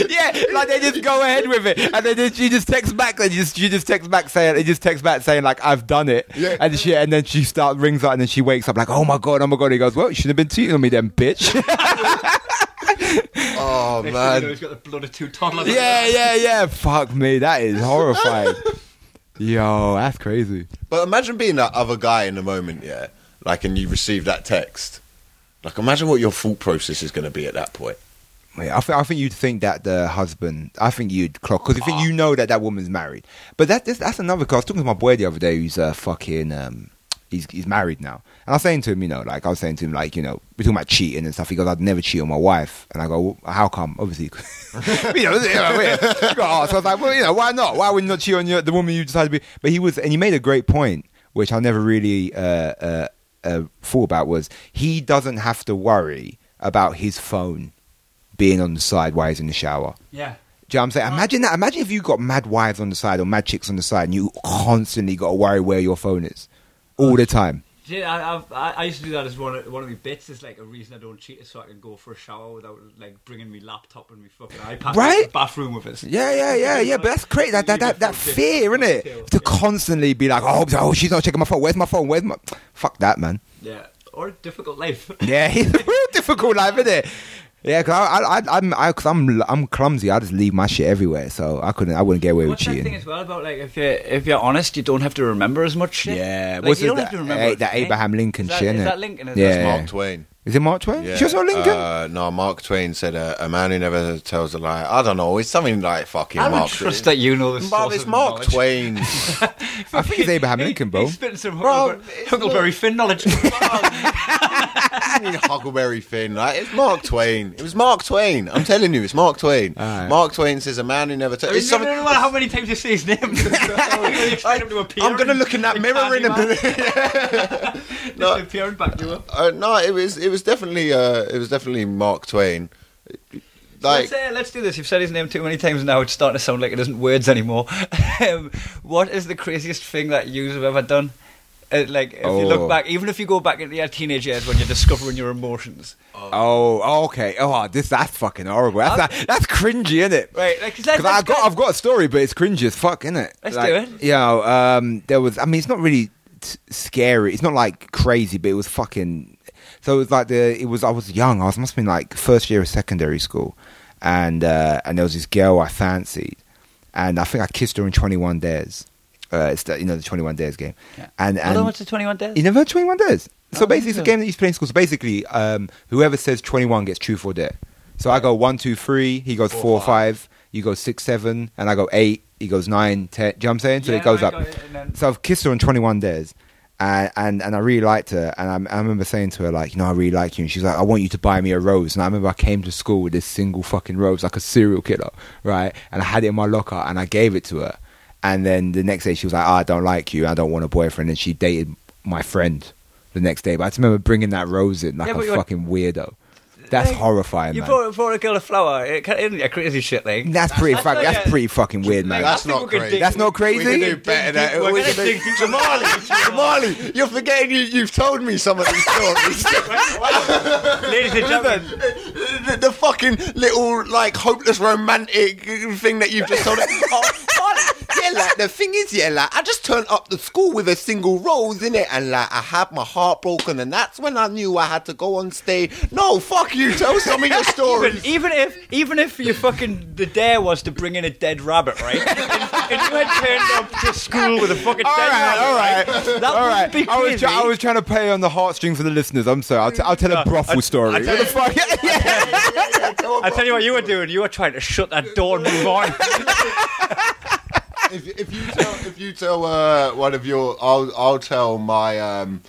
Speaker 4: yeah, like they just go ahead with it, and then just, she just texts back, and just she just texts back saying, it just texts back saying like, I've done it,
Speaker 3: Yeah.
Speaker 4: and she and then she start rings up, and then she wakes up like, oh my god, oh my god. He goes, well, you shouldn't have been cheating on me, then, bitch.
Speaker 3: Oh,
Speaker 2: Next thing you know,
Speaker 3: man.
Speaker 2: he's got the blood of two toddlers.
Speaker 4: Yeah, yeah, yeah. Fuck me, that is horrifying. Yo, that's crazy.
Speaker 3: But imagine being that other guy in the moment, yeah? Like, and you receive that text. Like, imagine what your thought process is going to be at that point.
Speaker 4: Wait, I, thi- I think you'd think that the husband. I think you'd clock because you think you know that that woman's married. But that that's, that's another. Cause I was talking to my boy the other day, who's uh, fucking. Um, he's he's married now, and I was saying to him, you know, like I was saying to him, like you know, we're talking about cheating and stuff. He goes, I'd never cheat on my wife, and I go, well, how come? Obviously, you know, you know, we're- you got asked. I was like, well, you know, why not? Why would you not cheat on your, the woman you decided to be? But he was, and he made a great point, which I never really uh, uh, uh, thought about was he doesn't have to worry about his phone being on the side while he's in the shower.
Speaker 2: Yeah.
Speaker 4: Do you know what I'm saying? Imagine that. Imagine if you got mad wives on the side or mad chicks on the side and you constantly got to worry where your phone is all the time.
Speaker 2: Yeah, I, I've, I, I used to do that as one of, one of my bits. It's like a reason I don't cheat is so I can go for a shower without like bringing my laptop and my fucking iPad to
Speaker 4: Right?
Speaker 2: the bathroom with us.
Speaker 4: Yeah, yeah, yeah, yeah. But that's great. That that, that, that fear, isn't it? To constantly be like, oh, oh, she's not checking my phone. Where's my phone? Where's my. Fuck that, man.
Speaker 2: Yeah, or a difficult life.
Speaker 4: Yeah, it's a real difficult life, isn't it? Yeah, because I, I, I, I'm, I, cause I'm, I'm clumsy. I just leave my shit everywhere, so I couldn't, I wouldn't get away with
Speaker 2: What's that thing
Speaker 4: cheating.
Speaker 2: as well about like if you if you're honest, you don't have to remember as much shit.
Speaker 4: Yeah,
Speaker 2: like,
Speaker 4: what's
Speaker 2: you
Speaker 4: it,
Speaker 2: don't
Speaker 4: that,
Speaker 2: have to remember
Speaker 4: eh, that
Speaker 2: everything.
Speaker 4: Abraham Lincoln
Speaker 2: Is that,
Speaker 4: shit,
Speaker 2: is
Speaker 4: innit?
Speaker 2: that Lincoln? Is
Speaker 4: Yeah.
Speaker 2: that
Speaker 3: Mark Twain.
Speaker 4: Is it Mark Twain?
Speaker 3: Yeah.
Speaker 4: She was on Lincoln.
Speaker 3: Uh, no, Mark Twain said uh, a man who never tells a lie. I don't know. It's something like fucking
Speaker 2: I would
Speaker 3: Mark
Speaker 2: trust
Speaker 3: Twain.
Speaker 2: that you know this.
Speaker 3: Bob,
Speaker 2: source
Speaker 3: it's
Speaker 2: of
Speaker 3: Mark
Speaker 2: knowledge.
Speaker 3: Twain.
Speaker 4: I think it's Abraham Lincoln, bro.
Speaker 2: He's spitting some
Speaker 3: Bro,
Speaker 2: Huckleberry,
Speaker 3: it's
Speaker 2: Huckleberry Finn knowledge.
Speaker 3: I mean Huckleberry Finn. Like, it's Mark Twain. It was Mark Twain. I'm telling you, it's Mark Twain.
Speaker 4: Alright.
Speaker 3: Mark Twain says a man who never tells.
Speaker 2: I mean,
Speaker 3: It's
Speaker 2: no, no,
Speaker 3: something.
Speaker 2: no matter how many times you say his name, I'm
Speaker 3: I'm gonna look in that mirror in a minute. No.
Speaker 2: Disappearing back to her.
Speaker 3: Uh, no, it was it was definitely uh, it was definitely Mark Twain. Like
Speaker 2: let's, uh, let's do this. You've said his name too many times now. It's starting to sound like it isn't words anymore. um, what is the craziest thing that you have ever done? Uh, like, if you
Speaker 4: Oh.
Speaker 2: look back, even if you go back into your teenage years when you're discovering your emotions,
Speaker 4: Oh, okay. Oh, this that's fucking horrible. That's that, that's cringy, isn't it?
Speaker 2: right? Like, 'cause let's,
Speaker 4: Because I
Speaker 2: let's
Speaker 4: got
Speaker 2: go-
Speaker 4: I've got a story, but it's cringy as fuck, isn't it?
Speaker 2: Let's
Speaker 4: like,
Speaker 2: do it.
Speaker 4: You know, um, there was. I mean, it's not really t- scary. It's not like crazy, but it was fucking. So it was like the. It was. I was young. I was must have been like first year of secondary school, and uh, and there was this girl I fancied, and I think I kissed her in Twenty One Days. Uh, it's the, you know the Twenty One Days game,
Speaker 2: Yeah.
Speaker 4: and
Speaker 2: Hold
Speaker 4: and
Speaker 2: on, what's the 21 days?
Speaker 4: you never had 21 days. So
Speaker 2: Oh,
Speaker 4: basically, it's a
Speaker 2: okay.
Speaker 4: game that you play in school. So basically, um, whoever says 21 gets truth or dare. So I go one, two, three. He goes four,
Speaker 3: Four,
Speaker 4: five. You go six, seven. And I go eight. He goes nine, ten. Do you know what I'm saying? So
Speaker 2: Yeah,
Speaker 4: it goes
Speaker 2: I
Speaker 4: up.
Speaker 2: got it, and then-
Speaker 4: So I've kissed her on 21 days. And, and and I really liked her, and I, I remember saying to her like, you know, I really like you, and she's like, I want you to buy me a rose. And I remember I came to school with this single fucking rose, like a serial killer, right? And I had it in my locker, and I gave it to her. And then the next day she was like, oh, I don't like you, I don't want a boyfriend, and she dated my friend the next day. But I just remember bringing that rose in like
Speaker 2: Yeah, but
Speaker 4: a
Speaker 2: you're-
Speaker 4: fucking weirdo. That's
Speaker 2: Like,
Speaker 4: horrifying,
Speaker 2: You
Speaker 4: man.
Speaker 2: brought, brought a girl a flower. It ca- isn't it a crazy shit thing?
Speaker 4: That's pretty fuck.
Speaker 2: not-
Speaker 4: That's
Speaker 2: yeah.
Speaker 4: pretty fucking weird, man.
Speaker 3: That's
Speaker 2: I think
Speaker 3: not
Speaker 2: we could
Speaker 3: crazy.
Speaker 2: dig-
Speaker 4: That's not crazy.
Speaker 3: We can do better than
Speaker 2: We're
Speaker 3: we
Speaker 2: gonna
Speaker 3: can do-
Speaker 2: dig deep. Jamali,
Speaker 3: Jamali, you're forgetting you, you've told me some of these stories.
Speaker 2: ladies and gentlemen.
Speaker 3: the, the fucking little like hopeless romantic thing that you've just told. oh, oh, yeah, like the thing is, yeah, like I just turned up the school with a single rose in it, and like I had my heart broken, and that's when I knew I had to go on stage. No, fuck you. Tell some of your
Speaker 2: Even,
Speaker 3: stories.
Speaker 2: even if even if you fucking the dare was to bring in a dead rabbit, right? and, and you had turned up to school with a fucking
Speaker 4: All
Speaker 2: dead
Speaker 4: right,
Speaker 2: rabbit,
Speaker 4: all right,
Speaker 2: That
Speaker 4: all
Speaker 2: wouldn't
Speaker 4: right.
Speaker 2: be
Speaker 4: I was,
Speaker 2: crazy.
Speaker 4: try- I was trying to play on the heartstring for the listeners. I'm sorry. I'll, t- I'll tell a brothel story.
Speaker 2: I tell
Speaker 4: What the fuck? Yeah.
Speaker 2: I tell you what you were doing. You were trying to shut that door and move on.
Speaker 3: if, if you tell, if you tell uh, one of your, I'll I'll tell my um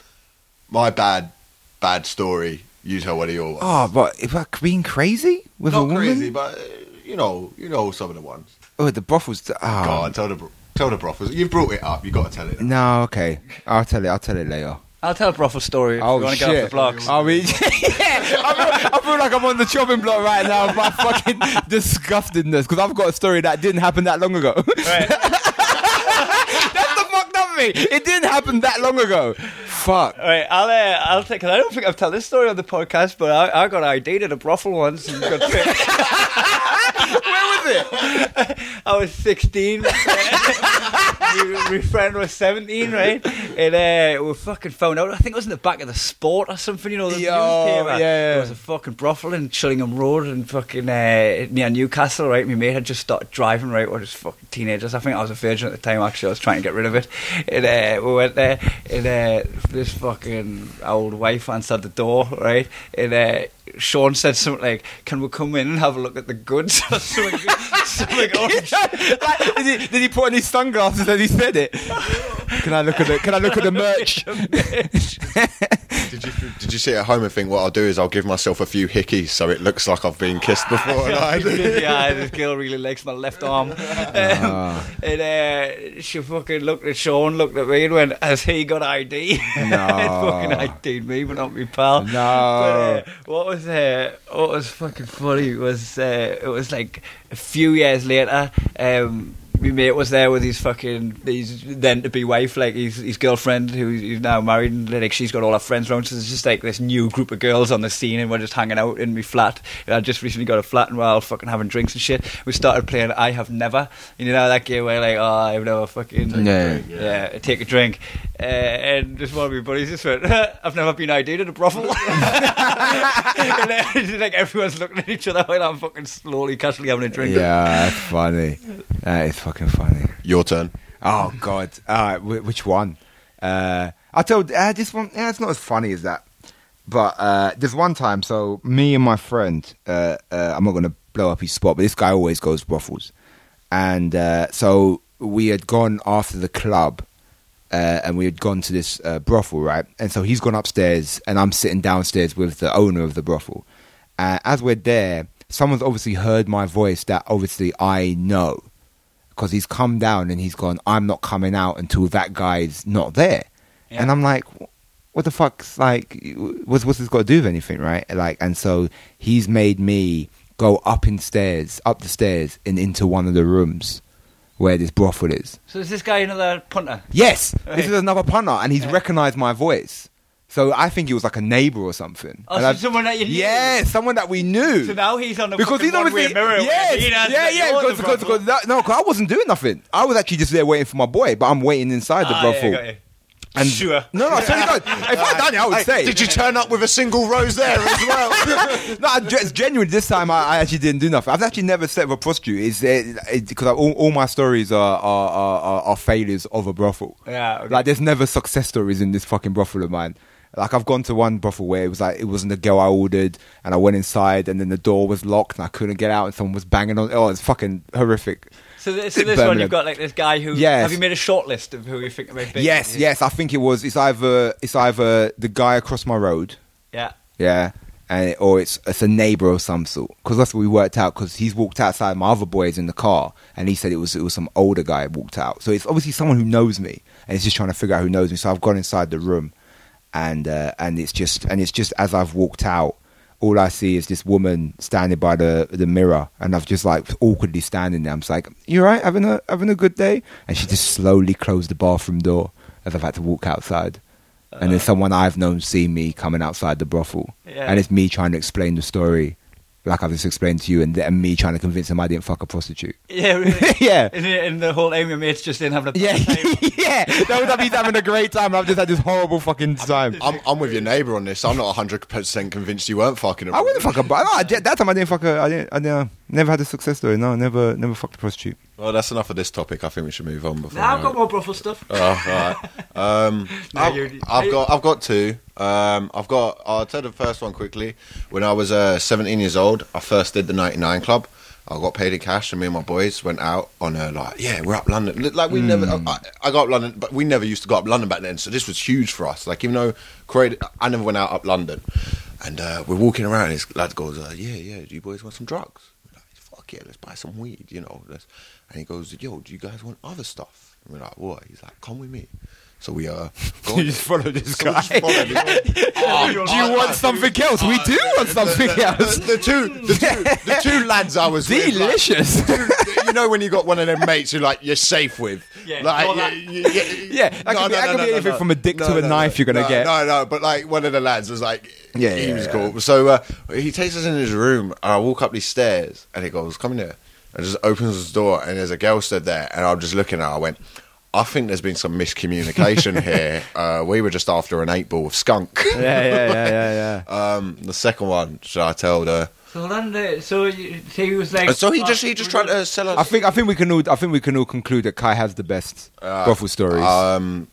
Speaker 3: my bad bad story. You tell one of your ones.
Speaker 4: Oh, but if I being crazy with a
Speaker 3: Not
Speaker 4: woman.
Speaker 3: crazy, but uh, you know, you know some of the ones.
Speaker 4: Oh, the brothels. Oh.
Speaker 3: Go on, tell the bro- tell the brothels. You've brought it up. You got to tell it.
Speaker 4: No, okay. I'll tell it. I'll tell it later.
Speaker 2: I'll tell a brothel story if you
Speaker 4: oh
Speaker 2: want to
Speaker 4: shit!
Speaker 2: get off the blocks.
Speaker 4: I mean, yeah. I feel, I feel like I'm on the chopping block right now. Of my fucking disgustedness because I've got a story that didn't happen that long ago.
Speaker 2: Right.
Speaker 4: That's the fucked up me. It didn't happen that long ago. Fuck.
Speaker 2: All right, I'll uh, I'll take. Cause I don't think I've told this story on the podcast, but I, I got ID'd at a brothel once. And got tricked.
Speaker 4: Where was it?
Speaker 2: I was sixteen. my friend- my- my friend was seventeen, right? And uh, we fucking found out. I think it was in the back of the Sport or something. You know, the
Speaker 4: Yo,
Speaker 2: newspaper.
Speaker 4: yeah, yeah.
Speaker 2: There was a fucking brothel in Chillingham Road and fucking uh, near Newcastle. Right, my mate had just started driving. Right, we we're just fucking teenagers. I think I was a virgin at the time. Actually, I was trying to get rid of it. And uh, we went there, and uh, this fucking old wife answered the door. Right, and. Uh, Sean said something like, "Can we come in and have a look at the goods?" or something, something orange.
Speaker 4: like, did, he, did he put on his sunglasses and he said it? Can I look at the Can I look at the merch?
Speaker 3: Did you did you sit at home and think what I'll do is I'll give myself a few hickeys so it looks like I've been kissed before? and I did.
Speaker 2: yeah, this girl really likes my left arm. Um, And uh, she fucking looked at Sean, looked at me, and went, "Has he got ID?" fucking ID'd me, but not me pal.
Speaker 4: No.
Speaker 2: But, uh, what was uh, what was fucking funny was uh, it was like a few years later. Um, my mate was there with his fucking his then to be wife, like his his girlfriend who he's now married, and like she's got all her friends around. So it's just like this new group of girls on the scene, and we're just hanging out in my flat. And I just recently got a flat, and we're all fucking having drinks and shit. We started playing I Have Never, and you know that game where like oh I've never fucking
Speaker 4: Yeah.
Speaker 2: yeah, take a drink. Uh, and just one of my buddies just went, I've never been ID'd at a brothel. and then, it's like everyone's looking at each other while I'm fucking slowly, casually having a drink.
Speaker 4: Yeah, that's funny. That is fucking funny.
Speaker 3: Your turn.
Speaker 4: Oh God! All right, wh- which one? Uh, I told uh, this one. Yeah, it's not as funny as that. But uh, there's one time. So me and my friend. Uh, uh, I'm not going to blow up his spot, but this guy always goes brothels, and uh, so we had gone after the club. Uh, and we had gone to this uh, brothel, right? And so he's gone upstairs, and I'm sitting downstairs with the owner of the brothel. Uh, as we're there, someone's obviously heard my voice that obviously I know because he's come down and he's gone, I'm not coming out until that guy's not there.
Speaker 2: Yeah.
Speaker 4: And I'm like, what the fuck's like, what's, what's this got to do with anything, right? Like, and so he's made me go up in stairs, up the stairs and into one of the rooms where this brothel is.
Speaker 2: So is this guy another punter?
Speaker 4: Yes,
Speaker 2: Right.
Speaker 4: this is another punter and he's
Speaker 2: Yeah.
Speaker 4: recognized my voice. So I think he was like a neighbor or something.
Speaker 2: Oh,
Speaker 4: And
Speaker 2: so
Speaker 4: I-
Speaker 2: someone that you knew?
Speaker 4: Yeah, someone that we knew
Speaker 2: So now he's on the
Speaker 4: because
Speaker 2: fucking
Speaker 4: he's
Speaker 2: one-way
Speaker 4: obviously
Speaker 2: mirror.
Speaker 4: yes,
Speaker 2: He knows
Speaker 4: yeah,
Speaker 2: that
Speaker 4: yeah.
Speaker 2: you're
Speaker 4: Because,
Speaker 2: the
Speaker 4: because,
Speaker 2: brothel.
Speaker 4: because that- no, 'cause I wasn't doing nothing. I was actually just there waiting for my boy, but I'm waiting inside the
Speaker 2: Ah, yeah,
Speaker 4: brothel.
Speaker 2: got you.
Speaker 4: and
Speaker 2: Sure.
Speaker 4: No, no, I swear to God, if I'd done it, I would say.
Speaker 3: Did you turn up with a single rose there as well?
Speaker 4: no, I, it's genuine. This time, I, I actually didn't do nothing. I've actually never slept with a prostitute. It's eh, because all, all my stories are are, are, are are failures of a brothel.
Speaker 2: Yeah, okay.
Speaker 4: like there's never success stories in this fucking brothel of mine. Like I've gone to one brothel where it was like it wasn't the girl I ordered, and I went inside, and then the door was locked, and I couldn't get out, and someone was banging on. Oh, it's fucking horrific.
Speaker 2: So, th- so
Speaker 4: Did
Speaker 2: this one,
Speaker 4: Birmingham.
Speaker 2: you've got like this guy who.
Speaker 4: Yes.
Speaker 2: Have you made a short list of who you think might be?
Speaker 4: Yes, yes. I think it was. It's either it's either the guy across my road,
Speaker 2: Yeah.
Speaker 4: yeah, and or it's it's a neighbor of some sort. Because that's what we worked out. Because he's walked outside. My other boy is in the car, and he said it was it was some older guy walked out. So it's obviously someone who knows me, and it's just trying to figure out who knows me. So I've gone inside the room, and uh, and it's just and it's just as I've walked out. All I see is this woman standing by the, the mirror, and I've just like awkwardly standing there. I'm just like, "You all right? Having a having a good day?" And she just slowly closed the bathroom door as I've had to walk outside and then someone I've known see me coming outside the brothel,
Speaker 2: Yeah.
Speaker 4: and it's me trying to explain the story, like I've just explained to you, and, and me trying to convince him I didn't fuck a prostitute.
Speaker 2: Yeah. Really.
Speaker 4: Yeah.
Speaker 2: And, and the whole aim your mates just in having a.
Speaker 4: Yeah,
Speaker 2: bad time.
Speaker 4: yeah. That was like he's having a great time, and I've just had this horrible fucking time. I,
Speaker 3: I'm, I'm with your neighbour on this. I'm not 100% convinced you weren't fucking a
Speaker 4: wouldn't fuck a. bro- No, I did- that time I didn't fuck a. I didn't. I never, never had a success story. No, never, never fucked a prostitute.
Speaker 3: Well, that's enough of this topic. I think we should move on before.
Speaker 2: Now I've
Speaker 3: I-
Speaker 2: got more brothel stuff.
Speaker 3: Oh, right. Um,
Speaker 2: No,
Speaker 3: I've,
Speaker 2: you-
Speaker 3: I've got I've got two. Um, I've got. I'll tell the first one quickly. When I was uh, 17 years old, I first did the 99 Club. I got paid in cash, and me and my boys went out on a like, yeah, we're up London. Li- Like we never,
Speaker 4: Hmm.
Speaker 3: I, I got up London, but we never used to go up London back then. So this was huge for us. Like even though Croatia, I never went out up London, and uh, we're walking around. And this lad goes, uh, yeah, yeah, do you boys want some drugs? We're like, fuck yeah, let's buy some weed, you know. Let's, and he goes, yo, do you guys want other stuff? And we're like, what? He's like, come with me. So we uh, go
Speaker 4: You just follow this
Speaker 3: So we just
Speaker 4: guy.
Speaker 3: follow this guy. Oh,
Speaker 4: Do you
Speaker 3: oh,
Speaker 4: want
Speaker 3: man.
Speaker 4: something else? We do want something else.
Speaker 3: The, the two, the two, the two lads I was with, like,
Speaker 4: Delicious.
Speaker 3: you know when you got one of them mates who like you're safe with,
Speaker 2: Yeah,
Speaker 3: like,
Speaker 2: not that-
Speaker 3: you- you- you-
Speaker 4: Yeah, that could be- that could be anything from a dick to a knife you're gonna
Speaker 3: no,
Speaker 4: get.
Speaker 3: No, no, but like one of the lads was like,
Speaker 4: Yeah,
Speaker 3: yeah, he
Speaker 4: yeah,
Speaker 3: was
Speaker 4: yeah.
Speaker 3: cool. So uh, he takes us in his room, and I walk up these stairs, and he goes, "Come in here," and just opens his door, and there's a girl stood there, and I'm just looking at. her, I went. I think there's been some miscommunication here. Uh, we were just after an eight ball of skunk.
Speaker 4: yeah, yeah, yeah, yeah, yeah.
Speaker 3: Um, the second one, should I tell the?
Speaker 2: So then, uh, so you, so he was like.
Speaker 3: So he
Speaker 2: "Oh,
Speaker 3: just he just
Speaker 2: we're
Speaker 3: tried to sell us.
Speaker 4: I think I think we can all I think we can all conclude that Kai has the best brothel stories.
Speaker 3: Um,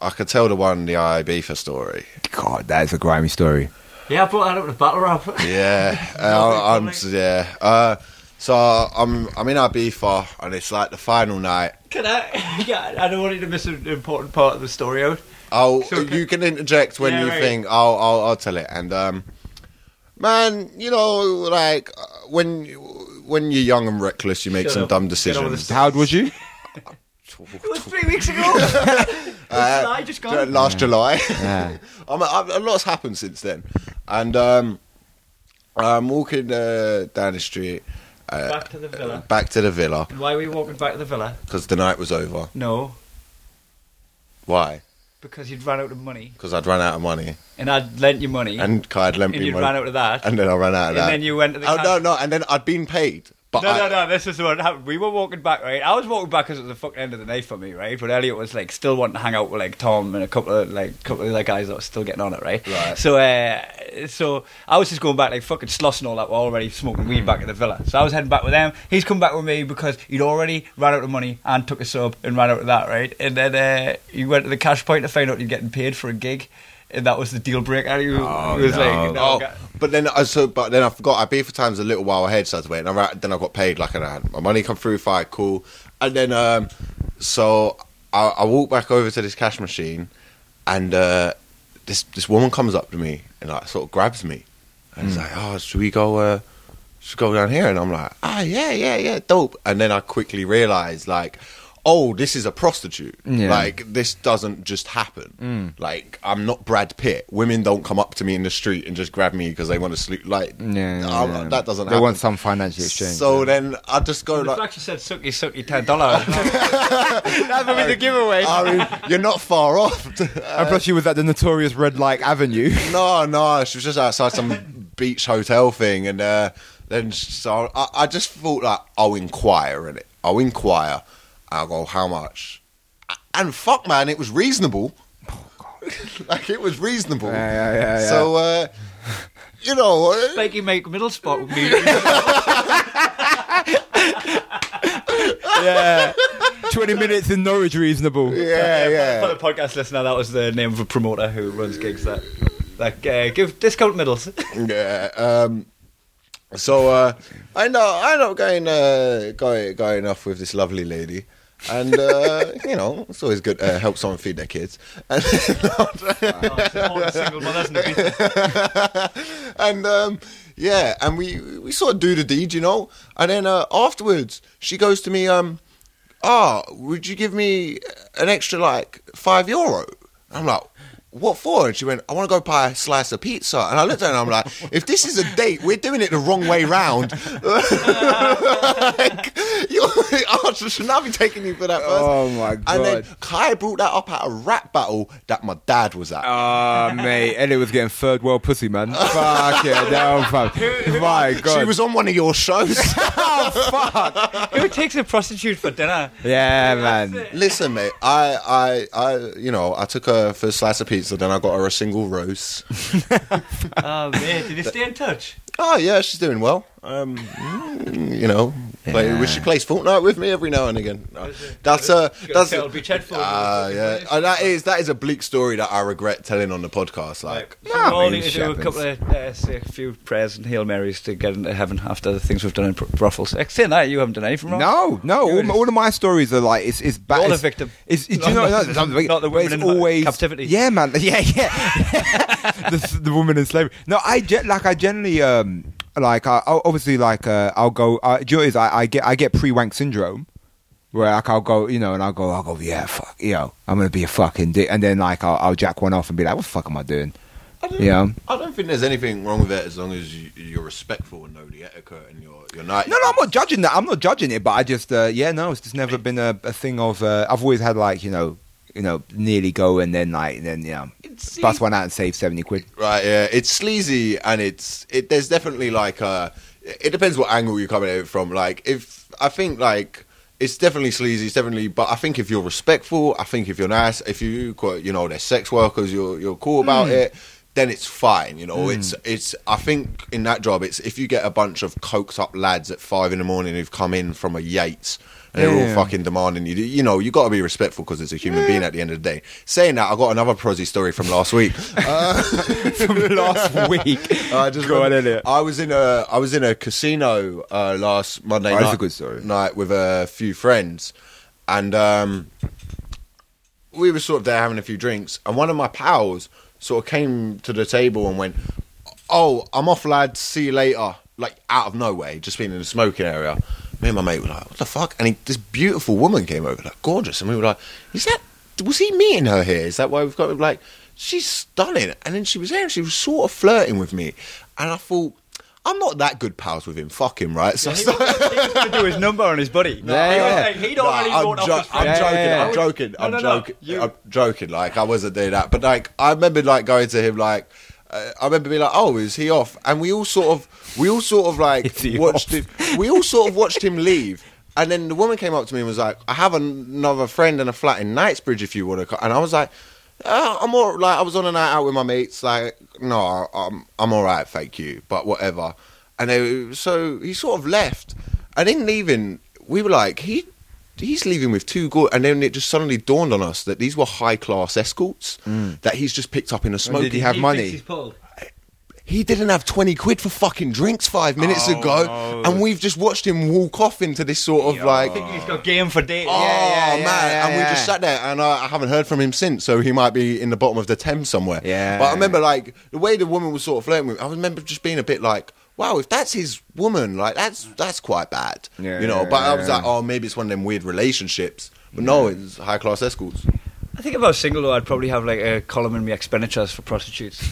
Speaker 3: I could tell the one the IIB story.
Speaker 4: God, that is a grimy story.
Speaker 2: Yeah, I brought that up in a battle rap.
Speaker 3: Yeah,
Speaker 2: Nothing
Speaker 3: uh, I'm,
Speaker 2: funny.
Speaker 3: yeah. Uh, so I'm I'm in Ibiza and it's like the final night.
Speaker 2: Can I? Yeah, I don't want you to miss an important part of the story out.
Speaker 3: I'll
Speaker 2: So can-
Speaker 3: you can interject when
Speaker 2: Yeah,
Speaker 3: you
Speaker 2: right.
Speaker 3: think. I'll, I'll I'll tell it. And um, man, you know, like uh, when you- when you're young and reckless, you make
Speaker 2: Shut
Speaker 3: some
Speaker 2: up.
Speaker 3: dumb
Speaker 2: Get on with
Speaker 3: decisions.
Speaker 2: the
Speaker 4: How old was you?
Speaker 2: It was three weeks ago. It was July, just
Speaker 3: Uh,
Speaker 2: gone.
Speaker 3: last July.
Speaker 4: Yeah.
Speaker 3: I'm, I'm, a lot's happened since then, and um, I'm walking uh, down the street uh,
Speaker 2: Back to the villa.
Speaker 3: back to the villa
Speaker 2: And Why were you walking back to the villa?
Speaker 3: because the night was over.
Speaker 2: No,
Speaker 3: Why?
Speaker 2: because you'd run out of money,
Speaker 3: Because I'd run out of money,
Speaker 2: and I'd lent you money, and,
Speaker 3: and Kai had lent me
Speaker 2: you'd
Speaker 3: money,
Speaker 2: run out of that,
Speaker 3: and then I ran out of
Speaker 2: and
Speaker 3: that.
Speaker 2: then you went to the
Speaker 3: oh
Speaker 2: cash-
Speaker 3: no, no, and then I'd been paid, but
Speaker 2: No,
Speaker 3: I,
Speaker 2: no, no. This is what happened. We were walking back, right? I was walking back because it was the fucking end of the night for me, right? But Elliot was like still wanting to hang out with like Tom and a couple of like couple of other guys that were still getting on it, right?
Speaker 3: Right.
Speaker 2: So, uh, so I was just going back like fucking sloss and all that. We're already smoking weed back at the villa, so I was heading back with them. He's come back with me because he'd already ran out of money and took a sub and ran out of that, right? And then uh, he went to the cash point to find out he'd getting paid for a gig. And that was the deal breaker. He was, he was like, no,
Speaker 3: Oh,
Speaker 2: ga-
Speaker 3: but then I so, but then I forgot. I paid for times a little while ahead, so I had to wait. And I, ra- then I got paid like an ad. My money come through fine, cool. And then um, so I, I walk back over to this cash machine, and uh, this this woman comes up to me and like sort of grabs me, and
Speaker 4: Hmm.
Speaker 3: it's like, oh, should we go? Uh, should we go down here? And I'm like, ah, yeah, yeah, yeah, dope. And then I quickly realized like. Oh, this is a prostitute.
Speaker 4: Yeah. Hmm.
Speaker 3: Like this doesn't just happen. Like I'm not Brad Pitt. Women don't come up to me in the street and just grab me because they want to sleep. Like
Speaker 4: Yeah, yeah,
Speaker 3: I'm-
Speaker 4: yeah.
Speaker 3: Oh, that doesn't.
Speaker 4: They
Speaker 3: happen.
Speaker 4: want some financial exchange,
Speaker 3: So
Speaker 4: yeah.
Speaker 3: then I just go
Speaker 2: the
Speaker 3: like,
Speaker 2: fact you said sucky, sucky, ten dollars.
Speaker 4: That would be the giveaway.
Speaker 3: I mean, you're not far off.
Speaker 4: and
Speaker 3: uh,
Speaker 4: plus, she was at the notorious Red Light Avenue.
Speaker 3: no, no, she was just outside some beach hotel thing, and uh, then so I, I just thought like I'll inquire in it. I'll inquire. I'll go how much, and fuck man, it was reasonable. like it was reasonable.
Speaker 4: Oh, Yeah, yeah, yeah, yeah.
Speaker 3: So uh, you know, uh,
Speaker 2: Spiky Mike middle spot would be
Speaker 4: yeah. 20 minutes in Norwich, reasonable.
Speaker 3: yeah, yeah.
Speaker 2: for the podcast listener. That was the name of a promoter Oh, who runs gigs that like uh, give discount middles.
Speaker 3: Yeah. Um, So uh, I end up I end up going uh, going going off with this lovely lady, and uh, you know it's always good to help someone feed their kids. Uh, And
Speaker 2: single mothers in the business.
Speaker 3: and um, yeah, and we we sort of do the deed, you know. And then uh, afterwards, she goes to me, um, "Ah, would you give me an extra like five euro?" I'm like. What for? And she went, I want to go buy a slice of pizza. And I looked at her and I'm like, if this is a date, we're doing it the wrong way round. like, you're, I should not be taking you for that first.
Speaker 4: Oh, my
Speaker 3: And then
Speaker 4: God.
Speaker 3: Kai brought that up at a rap battle that my dad was at.
Speaker 4: Ah, mate, Elliot was getting third world pussy, man. fuck yeah, no, fuck. My God.
Speaker 3: She was on one of your shows.
Speaker 2: Who takes a prostitute for dinner?
Speaker 4: Yeah, man.
Speaker 3: Listen, mate. I, I, I, you know, I took her for a slice of pizza. Then I got her a single roast.
Speaker 2: Oh, man, did you stay in touch?
Speaker 3: oh yeah, she's doing well. Um, mm, you know, play, she plays Fortnite with me every now and again. No, that's uh, that's
Speaker 2: tell Beach Head Fortnite.
Speaker 3: Ah, yeah, and that is that is a bleak story that I regret telling on the podcast. Like,
Speaker 2: So we all
Speaker 4: mean,
Speaker 2: need to do a
Speaker 4: shepherds.
Speaker 2: couple of uh, say a few prayers and hail marys to get into heaven after the things we've done in br- brothels. Like, saying that, you haven't done anything wrong.
Speaker 4: No, no. All, my- all of my stories are like it's it's bad.
Speaker 2: You're the
Speaker 4: it's,
Speaker 2: victim.
Speaker 4: It's, it's,
Speaker 2: Not-
Speaker 4: you know,
Speaker 2: not-
Speaker 4: no, I'm
Speaker 2: not the
Speaker 4: but
Speaker 2: woman
Speaker 4: it's
Speaker 2: in
Speaker 4: always,
Speaker 2: captivity.
Speaker 4: Yeah, man. Yeah, yeah. the, the woman in slavery. No, I ge- like I generally um like I I'll- obviously like uh, I'll go. Uh, do you know what it is I, I get I get pre wank syndrome. Where like I'll go, you know, and I'll go, I'll go, yeah, fuck, you know, I'm gonna be a fucking dick, and then like I'll, I'll jack one off and be like, what the fuck am I doing? Yeah.
Speaker 3: I don't think there's anything wrong with it as long as you, you're respectful and know the etiquette and you're you're not.
Speaker 4: No, no, I'm not judging that. I'm not judging it, but I just, uh, yeah, no, it's just never been a, a thing of. Uh, I've always had like you know, you know, nearly go and then like and then yeah, bust one out and save seventy quid.
Speaker 3: Right, yeah, it's sleazy and it's it. There's definitely like uh It depends what angle you're coming at it from. Like, if I think like it's definitely sleazy, it's definitely. But I think if you're respectful, I think if you're nice, if you quote, you know, they're sex workers, you're you're cool about it. Then it's fine, you know. It's it's. I think in that job, it's if you get a bunch of coked up lads at five in the morning who've come in from a Yates and they're
Speaker 4: Yeah.
Speaker 3: all fucking demanding you. You know, you got to be respectful because it's a human being at the end of the day. Saying that, I got another prosy story from last week.
Speaker 4: From last week,
Speaker 3: I just
Speaker 4: Oh, Go on,
Speaker 3: remember-
Speaker 4: Elliot.
Speaker 3: I was in a I was in a casino uh, last Monday
Speaker 4: Oh,
Speaker 3: night,
Speaker 4: that's a good story.
Speaker 3: night with a few friends, and um, we were sort of there having a few drinks, and one of my pals sort of came to the table and went, "Oh, I'm off, lads. See you later." Like out of nowhere, he'd just been in the smoking area. Me and my mate were like, "What the fuck?" And he, this beautiful woman came over, like gorgeous, and we were like, "Is that? Was he meeting her here? Is that why we've got like?" She's stunning, and then she was there. and She was sort of flirting with me, and I thought, "I'm not that good pals with him. Fuck him, right?" So I started-
Speaker 2: to do his number on his body.
Speaker 4: Yeah.
Speaker 2: He was like, he'd already
Speaker 3: Nah, I'm,
Speaker 2: wrote off
Speaker 3: jo-
Speaker 2: his
Speaker 3: I'm
Speaker 2: friend.
Speaker 4: Yeah,
Speaker 3: joking.
Speaker 4: yeah, yeah.
Speaker 3: I'm joking.
Speaker 2: No,
Speaker 3: I'm
Speaker 2: no, no,
Speaker 3: joking.
Speaker 2: you-
Speaker 3: I'm joking. Like I wasn't doing that, but like I remember like going to him like. Uh, I remember being like, "Oh, is he off?" And we all sort of, we all sort of like
Speaker 4: Is he
Speaker 3: watched him. We all sort of watched him leave, and then the woman came up to me and was like, "I have another friend and a flat in Knightsbridge if you want to." co-" And I was like, uh, "I'm all like, I was on a night out with my mates. Like, no, I'm I'm all right, thank you, but whatever." And they, so he sort of left, and in leaving, we were like, "He he's leaving with two good and then it just suddenly dawned on us that these were high class escorts that he's just picked up in a smoke
Speaker 4: Mm. did he have
Speaker 2: He
Speaker 4: money?
Speaker 2: thinks he's pulled.
Speaker 3: he didn't have 20 quid for fucking drinks five minutes
Speaker 4: Oh,
Speaker 3: ago and we've just watched him walk off into this sort of like
Speaker 2: I think he's got game for days.
Speaker 3: Oh
Speaker 4: yeah, yeah,
Speaker 3: man!
Speaker 4: yeah,
Speaker 3: and we
Speaker 4: yeah.
Speaker 3: just sat there, and I, I haven't heard from him since. So he might be in the bottom of the Thames somewhere.
Speaker 4: Yeah.
Speaker 3: But I remember like the way the woman was sort of flirting with. me, I remember just being a bit like, "Wow, if that's his woman, like that's that's quite bad."
Speaker 4: Yeah,
Speaker 3: you know. But I was
Speaker 4: yeah.
Speaker 3: like, "Oh, maybe it's one of them weird relationships." But no, it's high class escorts.
Speaker 2: I think if I was single, though, I'd probably have like a column in my expenditures for prostitutes.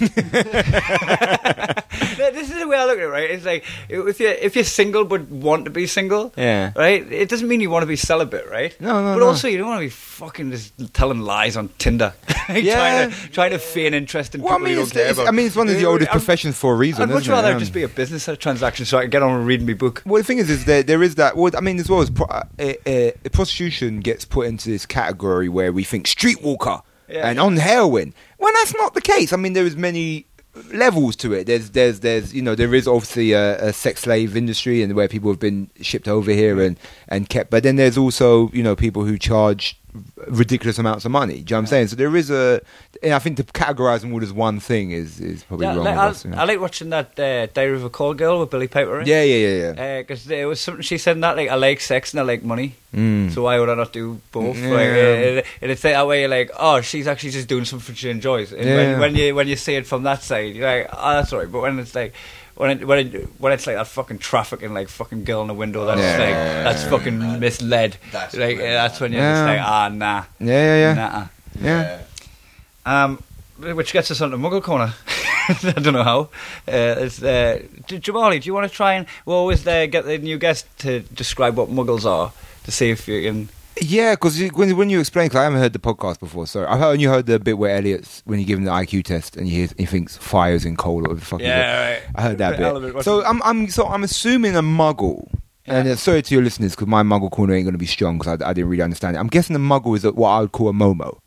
Speaker 2: No, this is the way I look at it, right? It's like if you're if you're single but want to be single,
Speaker 4: Yeah.
Speaker 2: right. It doesn't mean you want to be celibate, right?
Speaker 4: No, no,
Speaker 2: But
Speaker 4: no.
Speaker 2: also, you don't want to be fucking just telling lies on Tinder, Like,
Speaker 4: Yeah.
Speaker 2: trying to trying to feign interest in
Speaker 4: Well, I
Speaker 2: people
Speaker 4: mean,
Speaker 2: you
Speaker 4: it's,
Speaker 2: don't care
Speaker 4: it's-
Speaker 2: about.
Speaker 4: I mean, it's one of the
Speaker 2: Yeah,
Speaker 4: oldest
Speaker 2: I'm-
Speaker 4: professions for a reason.
Speaker 2: I'd much
Speaker 4: isn't it?
Speaker 2: rather
Speaker 4: Um,
Speaker 2: just be a business transaction so I can get on and read my book.
Speaker 4: Well, the thing is, is there there is that. Well, I mean, as well as pro- uh, uh, uh, prostitution gets put into this category where we think streetwalker
Speaker 2: Yeah.
Speaker 4: and on heroin. Well, that's not the case. I mean, there is many levels to it. There's there's there's you know there is obviously a, a sex slave industry and where people have been shipped over here and and kept. But then there's also you know people who charge ridiculous amounts of money. Do you know what I'm saying? So there is a and I think to categorize them all as one thing is, is probably
Speaker 2: Yeah,
Speaker 4: wrong.
Speaker 2: like,
Speaker 4: of
Speaker 2: I,
Speaker 4: us, yeah.
Speaker 2: I like watching that uh, Diary of a Call Girl with Billy Piper. in.
Speaker 4: yeah, yeah, yeah, yeah.
Speaker 2: because there was something she said in that like I like sex and I like money,
Speaker 4: Mm.
Speaker 2: so why would I not do both?
Speaker 4: Yeah.
Speaker 2: Like, uh, and it's like that way you're like, oh, she's actually just doing something she enjoys. And
Speaker 4: Yeah.
Speaker 2: when, when you when you see it from that side, you're like, oh, that's all right. But when it's like. When, it, when, it, when it's like that fucking traffic and like fucking girl in the window, that's
Speaker 4: Yeah.
Speaker 2: like that's fucking misled.
Speaker 3: That's
Speaker 2: like
Speaker 3: really
Speaker 2: uh, that's when you're
Speaker 4: Yeah.
Speaker 2: just like ah nah
Speaker 4: Yeah, yeah, yeah.
Speaker 2: nah.
Speaker 4: Yeah.
Speaker 2: Um, which gets us onto Muggle Corner. I don't know how. Uh, it's, uh, J- Jamali, do you want to try and we'll always uh, get the new guest to describe what Muggles are to see if you can.
Speaker 4: Yeah, because when, when you explain, because I haven't heard the podcast before, so I've only heard the bit where Elliot's, when you give him the IQ test and he, hears, he thinks fire's in coal or the fucking.
Speaker 2: Yeah, right.
Speaker 4: I heard that
Speaker 2: Bit element,
Speaker 4: bit.
Speaker 2: wasn't
Speaker 4: So um,
Speaker 2: it?
Speaker 4: I'm, I'm, so I'm assuming a muggle. And uh, sorry to your listeners, because my muggle corner ain't going to be strong because I, I didn't really understand it. I'm guessing a muggle is a, what I would call a momo,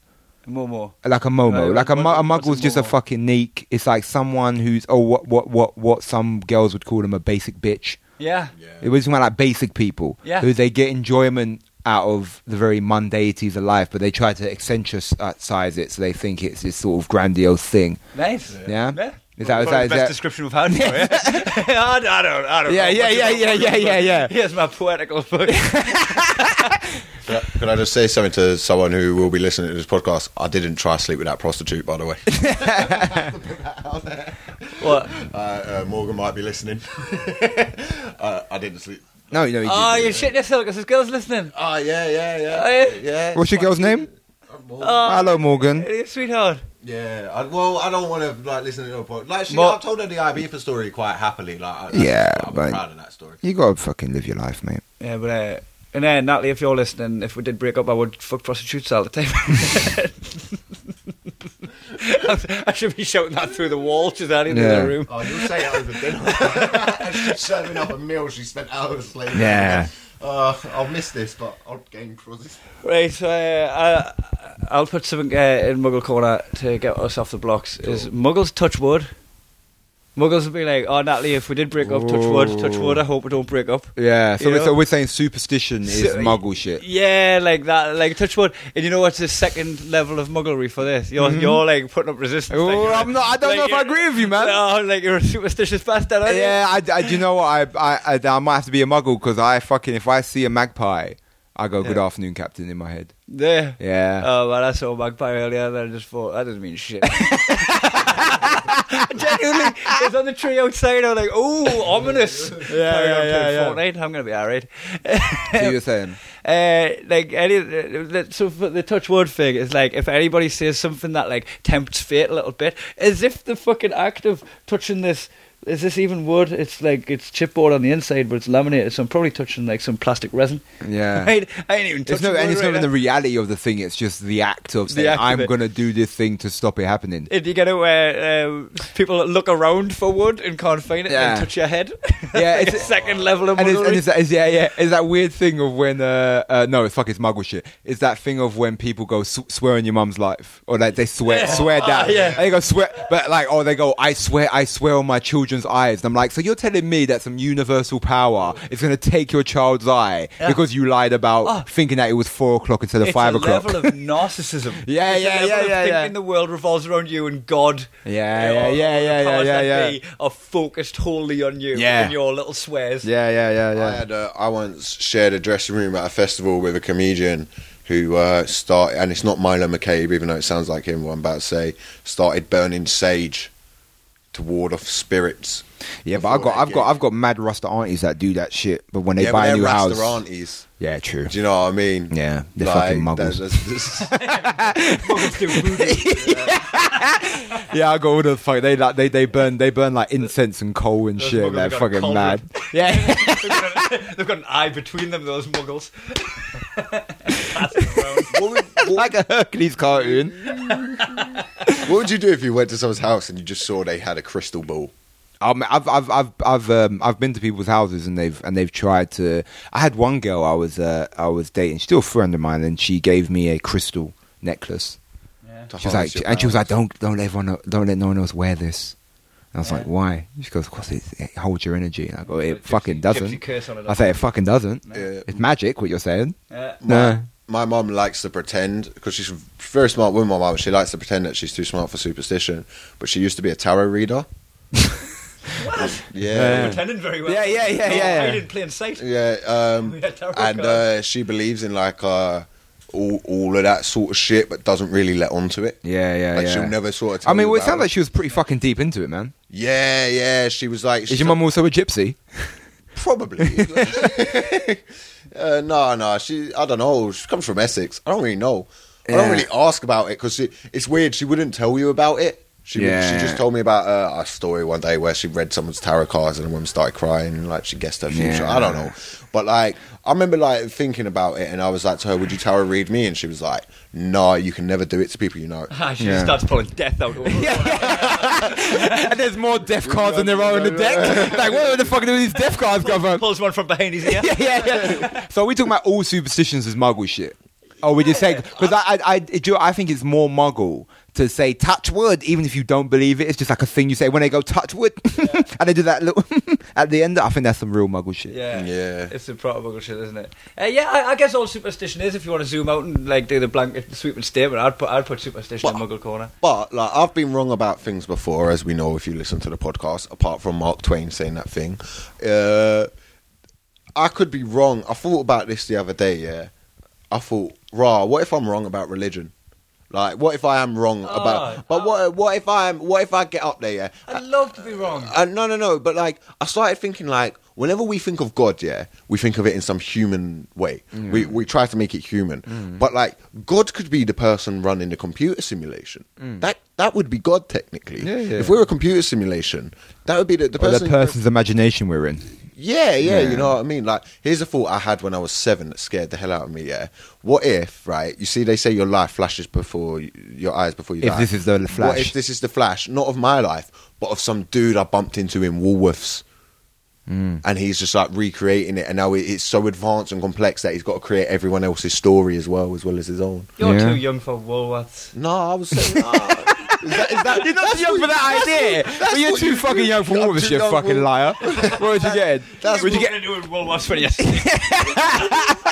Speaker 2: Momo.
Speaker 4: like a momo,
Speaker 2: Right,
Speaker 4: like a,
Speaker 2: Uh, what-
Speaker 4: mu- a
Speaker 2: what's a
Speaker 4: muggle is just a
Speaker 2: momo?
Speaker 4: fucking neek. It's like someone who's oh what what what what some girls would call them a basic bitch.
Speaker 2: Yeah.
Speaker 4: It was about like basic people
Speaker 2: Yeah.
Speaker 4: who they get enjoyment out of the very mundanities of life, but they try to accentuate it so they think it's this sort of grandiose thing.
Speaker 2: Nice. yeah.
Speaker 4: Yeah? Is that- is
Speaker 2: Probably
Speaker 4: that-
Speaker 2: the
Speaker 4: is
Speaker 2: best
Speaker 4: that-
Speaker 2: description we've had? Yeah. I, don't- I don't. I don't.
Speaker 4: Yeah,
Speaker 2: know
Speaker 4: yeah,
Speaker 2: much
Speaker 4: yeah,
Speaker 2: about
Speaker 4: yeah, yeah,
Speaker 2: Muggles,
Speaker 4: yeah,
Speaker 2: but
Speaker 4: yeah.
Speaker 2: Here's my poetical book.
Speaker 3: Could I, could I just say something to someone who will be listening to this podcast? I didn't try to sleep with that prostitute, by the way.
Speaker 2: what?
Speaker 3: uh, uh, Morgan might be listening. uh, I didn't sleep.
Speaker 4: No, no. You
Speaker 2: Oh,
Speaker 4: oh,
Speaker 2: you shit yourself because this girl's listening.
Speaker 3: Oh, yeah, yeah, yeah.
Speaker 2: Oh, yeah.
Speaker 3: yeah.
Speaker 4: What's your girl's name?
Speaker 2: Uh,
Speaker 4: Hello, Morgan.
Speaker 2: Hey, Sweetheart.
Speaker 3: Yeah, I, well, I don't want to like listen to no podcast. Like, she,
Speaker 2: Mo-
Speaker 3: I've told her the Ibiza story quite happily. Like, I,
Speaker 4: Yeah,
Speaker 3: I'm
Speaker 4: but-
Speaker 3: proud of that story.
Speaker 4: You gotta fucking live your life, mate.
Speaker 2: Yeah, but uh, and then Natalie, if you're listening, if we did break up, I would fuck prostitutes all the time. I should be shouting that through the wall to that in the
Speaker 4: Yeah.
Speaker 2: other room.
Speaker 3: Oh, you'll say it over dinner. She's serving up a meal she spent hours sleeping.
Speaker 4: Yeah.
Speaker 3: Uh, I'll miss this, but I'll gain this.
Speaker 2: Right, so uh, I, I'll put something uh, in Muggle Corner to get us off the blocks. Is Muggles touch wood? Muggles would be like, oh, Natalie, if we did break up, touch wood, touch wood. I hope we don't break up.
Speaker 4: Yeah. So,
Speaker 2: You
Speaker 4: we're,
Speaker 2: know?
Speaker 4: so we're saying superstition is
Speaker 2: So-
Speaker 4: muggle shit.
Speaker 2: Yeah, like that, like touch wood. And you know what's the second level of mugglery for this? You're, you're like putting up resistance. like,
Speaker 4: Oh,
Speaker 2: you're-
Speaker 4: I'm not. I don't
Speaker 2: like,
Speaker 4: know if I
Speaker 2: you're-
Speaker 4: agree with you, man.
Speaker 2: No, like you're a superstitious bastard, aren't you?
Speaker 4: Yeah, I, I- you know what? I, I, I, I might have to be a muggle because I fucking if I see a magpie, I go "Good
Speaker 2: Yeah.
Speaker 4: afternoon, Captain" in my head.
Speaker 2: Yeah.
Speaker 4: Yeah.
Speaker 2: Oh man, I saw a magpie earlier and I just thought that doesn't mean shit. Genuinely, it's on the tree outside. I was like, "Oh, ominous." Carry
Speaker 4: yeah,
Speaker 2: on playing
Speaker 4: yeah, yeah.
Speaker 2: Fortnite. I'm gonna be alright.
Speaker 4: so you're saying,
Speaker 2: Uh, like any, uh, so for the touch word thing is like if anybody says something that like tempts fate a little bit, as if the fucking act of touching this is this even wood? It's like it's chipboard on the inside, but it's laminated, so I'm probably touching like some plastic resin.
Speaker 4: yeah.
Speaker 2: I, I ain't even
Speaker 4: It's
Speaker 2: touching
Speaker 4: no,
Speaker 2: wood
Speaker 4: and it's
Speaker 2: right
Speaker 4: not
Speaker 2: now.
Speaker 4: even the reality of the thing. It's just the act of saying,
Speaker 2: act of
Speaker 4: "I'm
Speaker 2: it.
Speaker 4: going to do this thing to stop it happening."
Speaker 2: If you get to uh, uh, people look around for wood and can't find it
Speaker 4: Yeah.
Speaker 2: and touch your head.
Speaker 4: Yeah,
Speaker 2: it's
Speaker 4: it's-
Speaker 2: the second level of
Speaker 4: And, it's, and
Speaker 2: mugglery.
Speaker 4: it's, that- it's- yeah, yeah, it's that weird thing of when uh, uh no, it's fuck, it's muggle shit. It's that thing of when people go sw- swear on your mum's life, or like they swear, swear down,
Speaker 2: yeah.
Speaker 4: They go swear, but like, oh, they go, I swear, I swear on my children's eyes. And I'm like, so you're telling me that some universal power is going to take your child's eye
Speaker 2: Yeah.
Speaker 4: because you lied about
Speaker 2: Oh.
Speaker 4: thinking that it was four o'clock instead of
Speaker 2: It's
Speaker 4: five
Speaker 2: a
Speaker 4: o'clock?
Speaker 2: level of narcissism.
Speaker 4: Yeah,
Speaker 2: It's a
Speaker 4: yeah,
Speaker 2: level
Speaker 4: yeah,
Speaker 2: of
Speaker 4: yeah, yeah.
Speaker 2: Thinking the world revolves around you and God.
Speaker 4: Yeah,
Speaker 2: you know, all
Speaker 4: yeah, yeah,
Speaker 2: the
Speaker 4: yeah, yeah,
Speaker 2: powers
Speaker 4: yeah,
Speaker 2: that
Speaker 4: yeah.
Speaker 2: be Are focused wholly on you
Speaker 4: Yeah.
Speaker 2: and your little swears.
Speaker 4: yeah, yeah, yeah,
Speaker 2: Ah,
Speaker 4: yeah.
Speaker 3: I had uh, I once shared a dressing room at a festival with a comedian who uh, started, and it's not Milo McCabe, even though it sounds like him. What I'm about to say started burning sage to ward off spirits.
Speaker 4: Yeah, but I've got,
Speaker 3: before
Speaker 4: I've
Speaker 3: that
Speaker 4: got,
Speaker 3: gig.
Speaker 4: I've got mad Rasta aunties that do that shit. But when they
Speaker 3: yeah,
Speaker 4: buy a
Speaker 3: but they're
Speaker 4: new house,
Speaker 3: Rasta aunties.
Speaker 4: yeah, true.
Speaker 3: Do you know what I mean?
Speaker 4: Yeah, they're fucking muggles.
Speaker 3: there's- there's-
Speaker 2: Muggles do voodoo.
Speaker 4: Yeah, I got all the fuck. They like they they burn they burn like incense and coal and
Speaker 2: Those
Speaker 4: shit.
Speaker 2: muggles
Speaker 4: They're
Speaker 2: have got a
Speaker 4: fucking
Speaker 2: cauldron.
Speaker 4: mad. Yeah,
Speaker 2: they've, got an, they've got an eye between them, those muggles. Passing around.
Speaker 3: what, would, what-
Speaker 4: like a Hercules cartoon.
Speaker 3: what would you do if you went to someone's house and you just saw they had a crystal ball?
Speaker 4: Um, I've I've I've I've um, I've been to people's houses and they've and they've tried to. I had one girl I was uh, I was dating. She's still a friend of mine, and she gave me a crystal necklace.
Speaker 3: to
Speaker 4: She was like,
Speaker 3: harness your
Speaker 4: and she was
Speaker 3: powers?
Speaker 4: like, don't don't everyone don't let no one else wear this. And I was like, why? She goes, because it, it holds your energy. And I go, it
Speaker 2: Gypsy-
Speaker 4: fucking doesn't.
Speaker 2: gypsy curse on it. Uh,
Speaker 4: I say it fucking doesn't.
Speaker 3: Yeah.
Speaker 4: It's magic. What you're saying?
Speaker 2: Yeah.
Speaker 4: No.
Speaker 3: my mum likes to pretend because she's a very smart woman. My mum, she likes to pretend that she's too smart for superstition, but she used to be a tarot reader.
Speaker 2: What?
Speaker 3: Yeah.
Speaker 2: Pretending very well.
Speaker 4: Yeah, yeah, yeah,
Speaker 2: No,
Speaker 4: yeah, yeah.
Speaker 2: I didn't play in sight.
Speaker 3: Yeah, um,
Speaker 2: We had tarot
Speaker 3: and uh,
Speaker 2: cards.
Speaker 3: she believes in like uh, all all of that sort of shit, but doesn't really let on to it.
Speaker 4: Yeah, yeah,
Speaker 3: like
Speaker 4: yeah.
Speaker 3: she'll never sort of. Tell
Speaker 4: I mean,
Speaker 3: you
Speaker 4: well, it
Speaker 3: about
Speaker 4: sounds like she was pretty fucking deep into it, man.
Speaker 3: Yeah, yeah. She was like,
Speaker 4: Is your mum also a gypsy?
Speaker 3: probably? uh, no, no. She, I don't know. She comes from Essex. I don't really know. I
Speaker 4: Yeah.
Speaker 3: don't really ask about it because it's weird. She wouldn't tell you about it. She, would-
Speaker 4: Yeah.
Speaker 3: she just told me about uh, a story one day where she read someone's tarot cards and the woman started crying and like she guessed her future.
Speaker 4: Yeah.
Speaker 3: I don't know, but like I remember like thinking about it and I was like to her, "Would you tarot read me?" And she was like, "No, you can never do it to people you know."
Speaker 2: Ah, she
Speaker 4: Yeah.
Speaker 2: just starts pulling death out. Over
Speaker 4: and there's more death cards than there are on the deck. Like, where the fuck do these death cards come from?
Speaker 2: Pulls one from behind his ear.
Speaker 4: yeah, yeah, yeah. So are we talking about all superstitions as muggle shit? Oh, we just say because I, I, I, do you know, I think it's more muggle to say touch wood, even if you don't believe it. It's just like a thing you say when they go touch wood, and they do that little at the end. I think that's some real muggle shit.
Speaker 2: Yeah,
Speaker 3: Yeah.
Speaker 2: It's the proper muggle shit, isn't it? Uh, yeah, I, I guess all superstition is. If you want to zoom out and like do the blanket sweeping statement, I'd put I'd put superstition in muggle corner.
Speaker 3: But like I've been wrong about things before, as we know if you listen to the podcast. Apart from Mark Twain saying that thing, uh, I could be wrong. I thought about this the other day. Yeah, I thought, rah, what if I'm wrong about religion? Like, what if I am wrong about? But what? What if I am? What if I get up there? Yeah,
Speaker 2: I'd love to be wrong.
Speaker 3: uh, no, no, no. But like, I started thinking like, whenever we think of God, yeah, we think of it in some human way.
Speaker 4: Mm.
Speaker 3: We we try to make it human. But like, God could be the person running the computer simulation. That that would be God technically.
Speaker 4: Mm. Yeah, yeah.
Speaker 3: If we were a computer simulation, that would be the, the
Speaker 4: Or
Speaker 3: person.
Speaker 4: the person's imagination we're in.
Speaker 3: yeah, yeah,
Speaker 4: Yeah.
Speaker 3: You know what I mean? Like, here's a thought I had when I was seven that scared the hell out of me. Yeah. What if right? You see, they say your life flashes before y- your eyes before you
Speaker 4: If
Speaker 3: die.
Speaker 4: this is the Flash.
Speaker 3: What if this is the Flash? Not of my life, but of some dude I bumped into in Woolworths. And he's just like recreating it, and now it- it's so advanced and complex that he's got to create everyone else's story as well, as well as his own.
Speaker 2: You're
Speaker 4: Yeah.
Speaker 2: too young for Woolworths.
Speaker 3: No, I was saying, nah. is that, is that,
Speaker 4: You're not too young for that idea. But you're
Speaker 3: what
Speaker 4: too
Speaker 3: you
Speaker 4: fucking
Speaker 3: do.
Speaker 4: young for
Speaker 3: I'm
Speaker 4: all this,
Speaker 3: too
Speaker 4: you
Speaker 3: young
Speaker 4: fucking
Speaker 3: for-
Speaker 4: liar. What would you get?
Speaker 3: that's
Speaker 4: would you get?
Speaker 2: into Woolworths when you?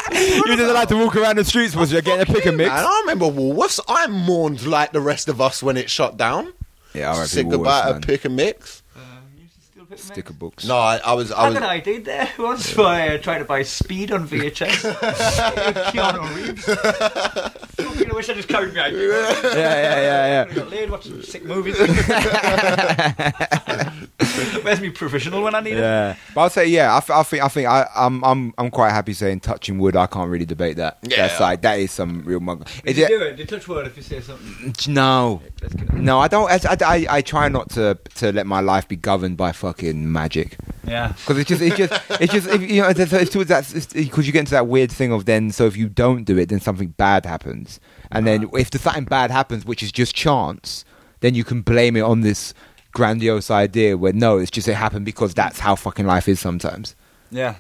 Speaker 4: You just allowed to walk around the streets, was you? Getting a pick and mix.
Speaker 3: Man, I remember Woolworths. I mourned like the rest of us when it shut down.
Speaker 4: Yeah, RIP
Speaker 3: Said
Speaker 4: Woolworths,
Speaker 3: goodbye to
Speaker 4: man.
Speaker 3: pick and mix.
Speaker 2: Uh,
Speaker 4: Sticker books.
Speaker 3: No, I, I was. I
Speaker 2: I
Speaker 3: was.
Speaker 2: had an idea there once for uh, trying to buy Speed on VHS. Keanu Reeves. Fucking, I wish I just carried my idea.
Speaker 4: Yeah, yeah, yeah,
Speaker 2: I
Speaker 4: yeah.
Speaker 2: got laid, watched some sick movies. Where's me professional when I need it?
Speaker 4: Yeah, but I'll say yeah. I, th- I think I think I, I'm I'm I'm quite happy saying touching wood. I can't really debate that.
Speaker 3: Yeah.
Speaker 4: that's like that is some real muggle.
Speaker 2: If
Speaker 4: Is
Speaker 2: you
Speaker 4: it-
Speaker 2: do it, you touch word if you say something.
Speaker 4: no,
Speaker 2: Let's get it.
Speaker 4: no. I don't. I, I, I- I try not to to let my life be governed by fucking magic
Speaker 2: Yeah.
Speaker 4: because it's just it's just it's just if, you know it's, it's towards that because you get into that weird thing of then so if you don't do it then something bad happens and then
Speaker 2: Uh-huh.
Speaker 4: if the something bad happens which is just chance then you can blame it on this grandiose idea where no it's just it happened because that's how fucking life is sometimes.
Speaker 2: Yeah.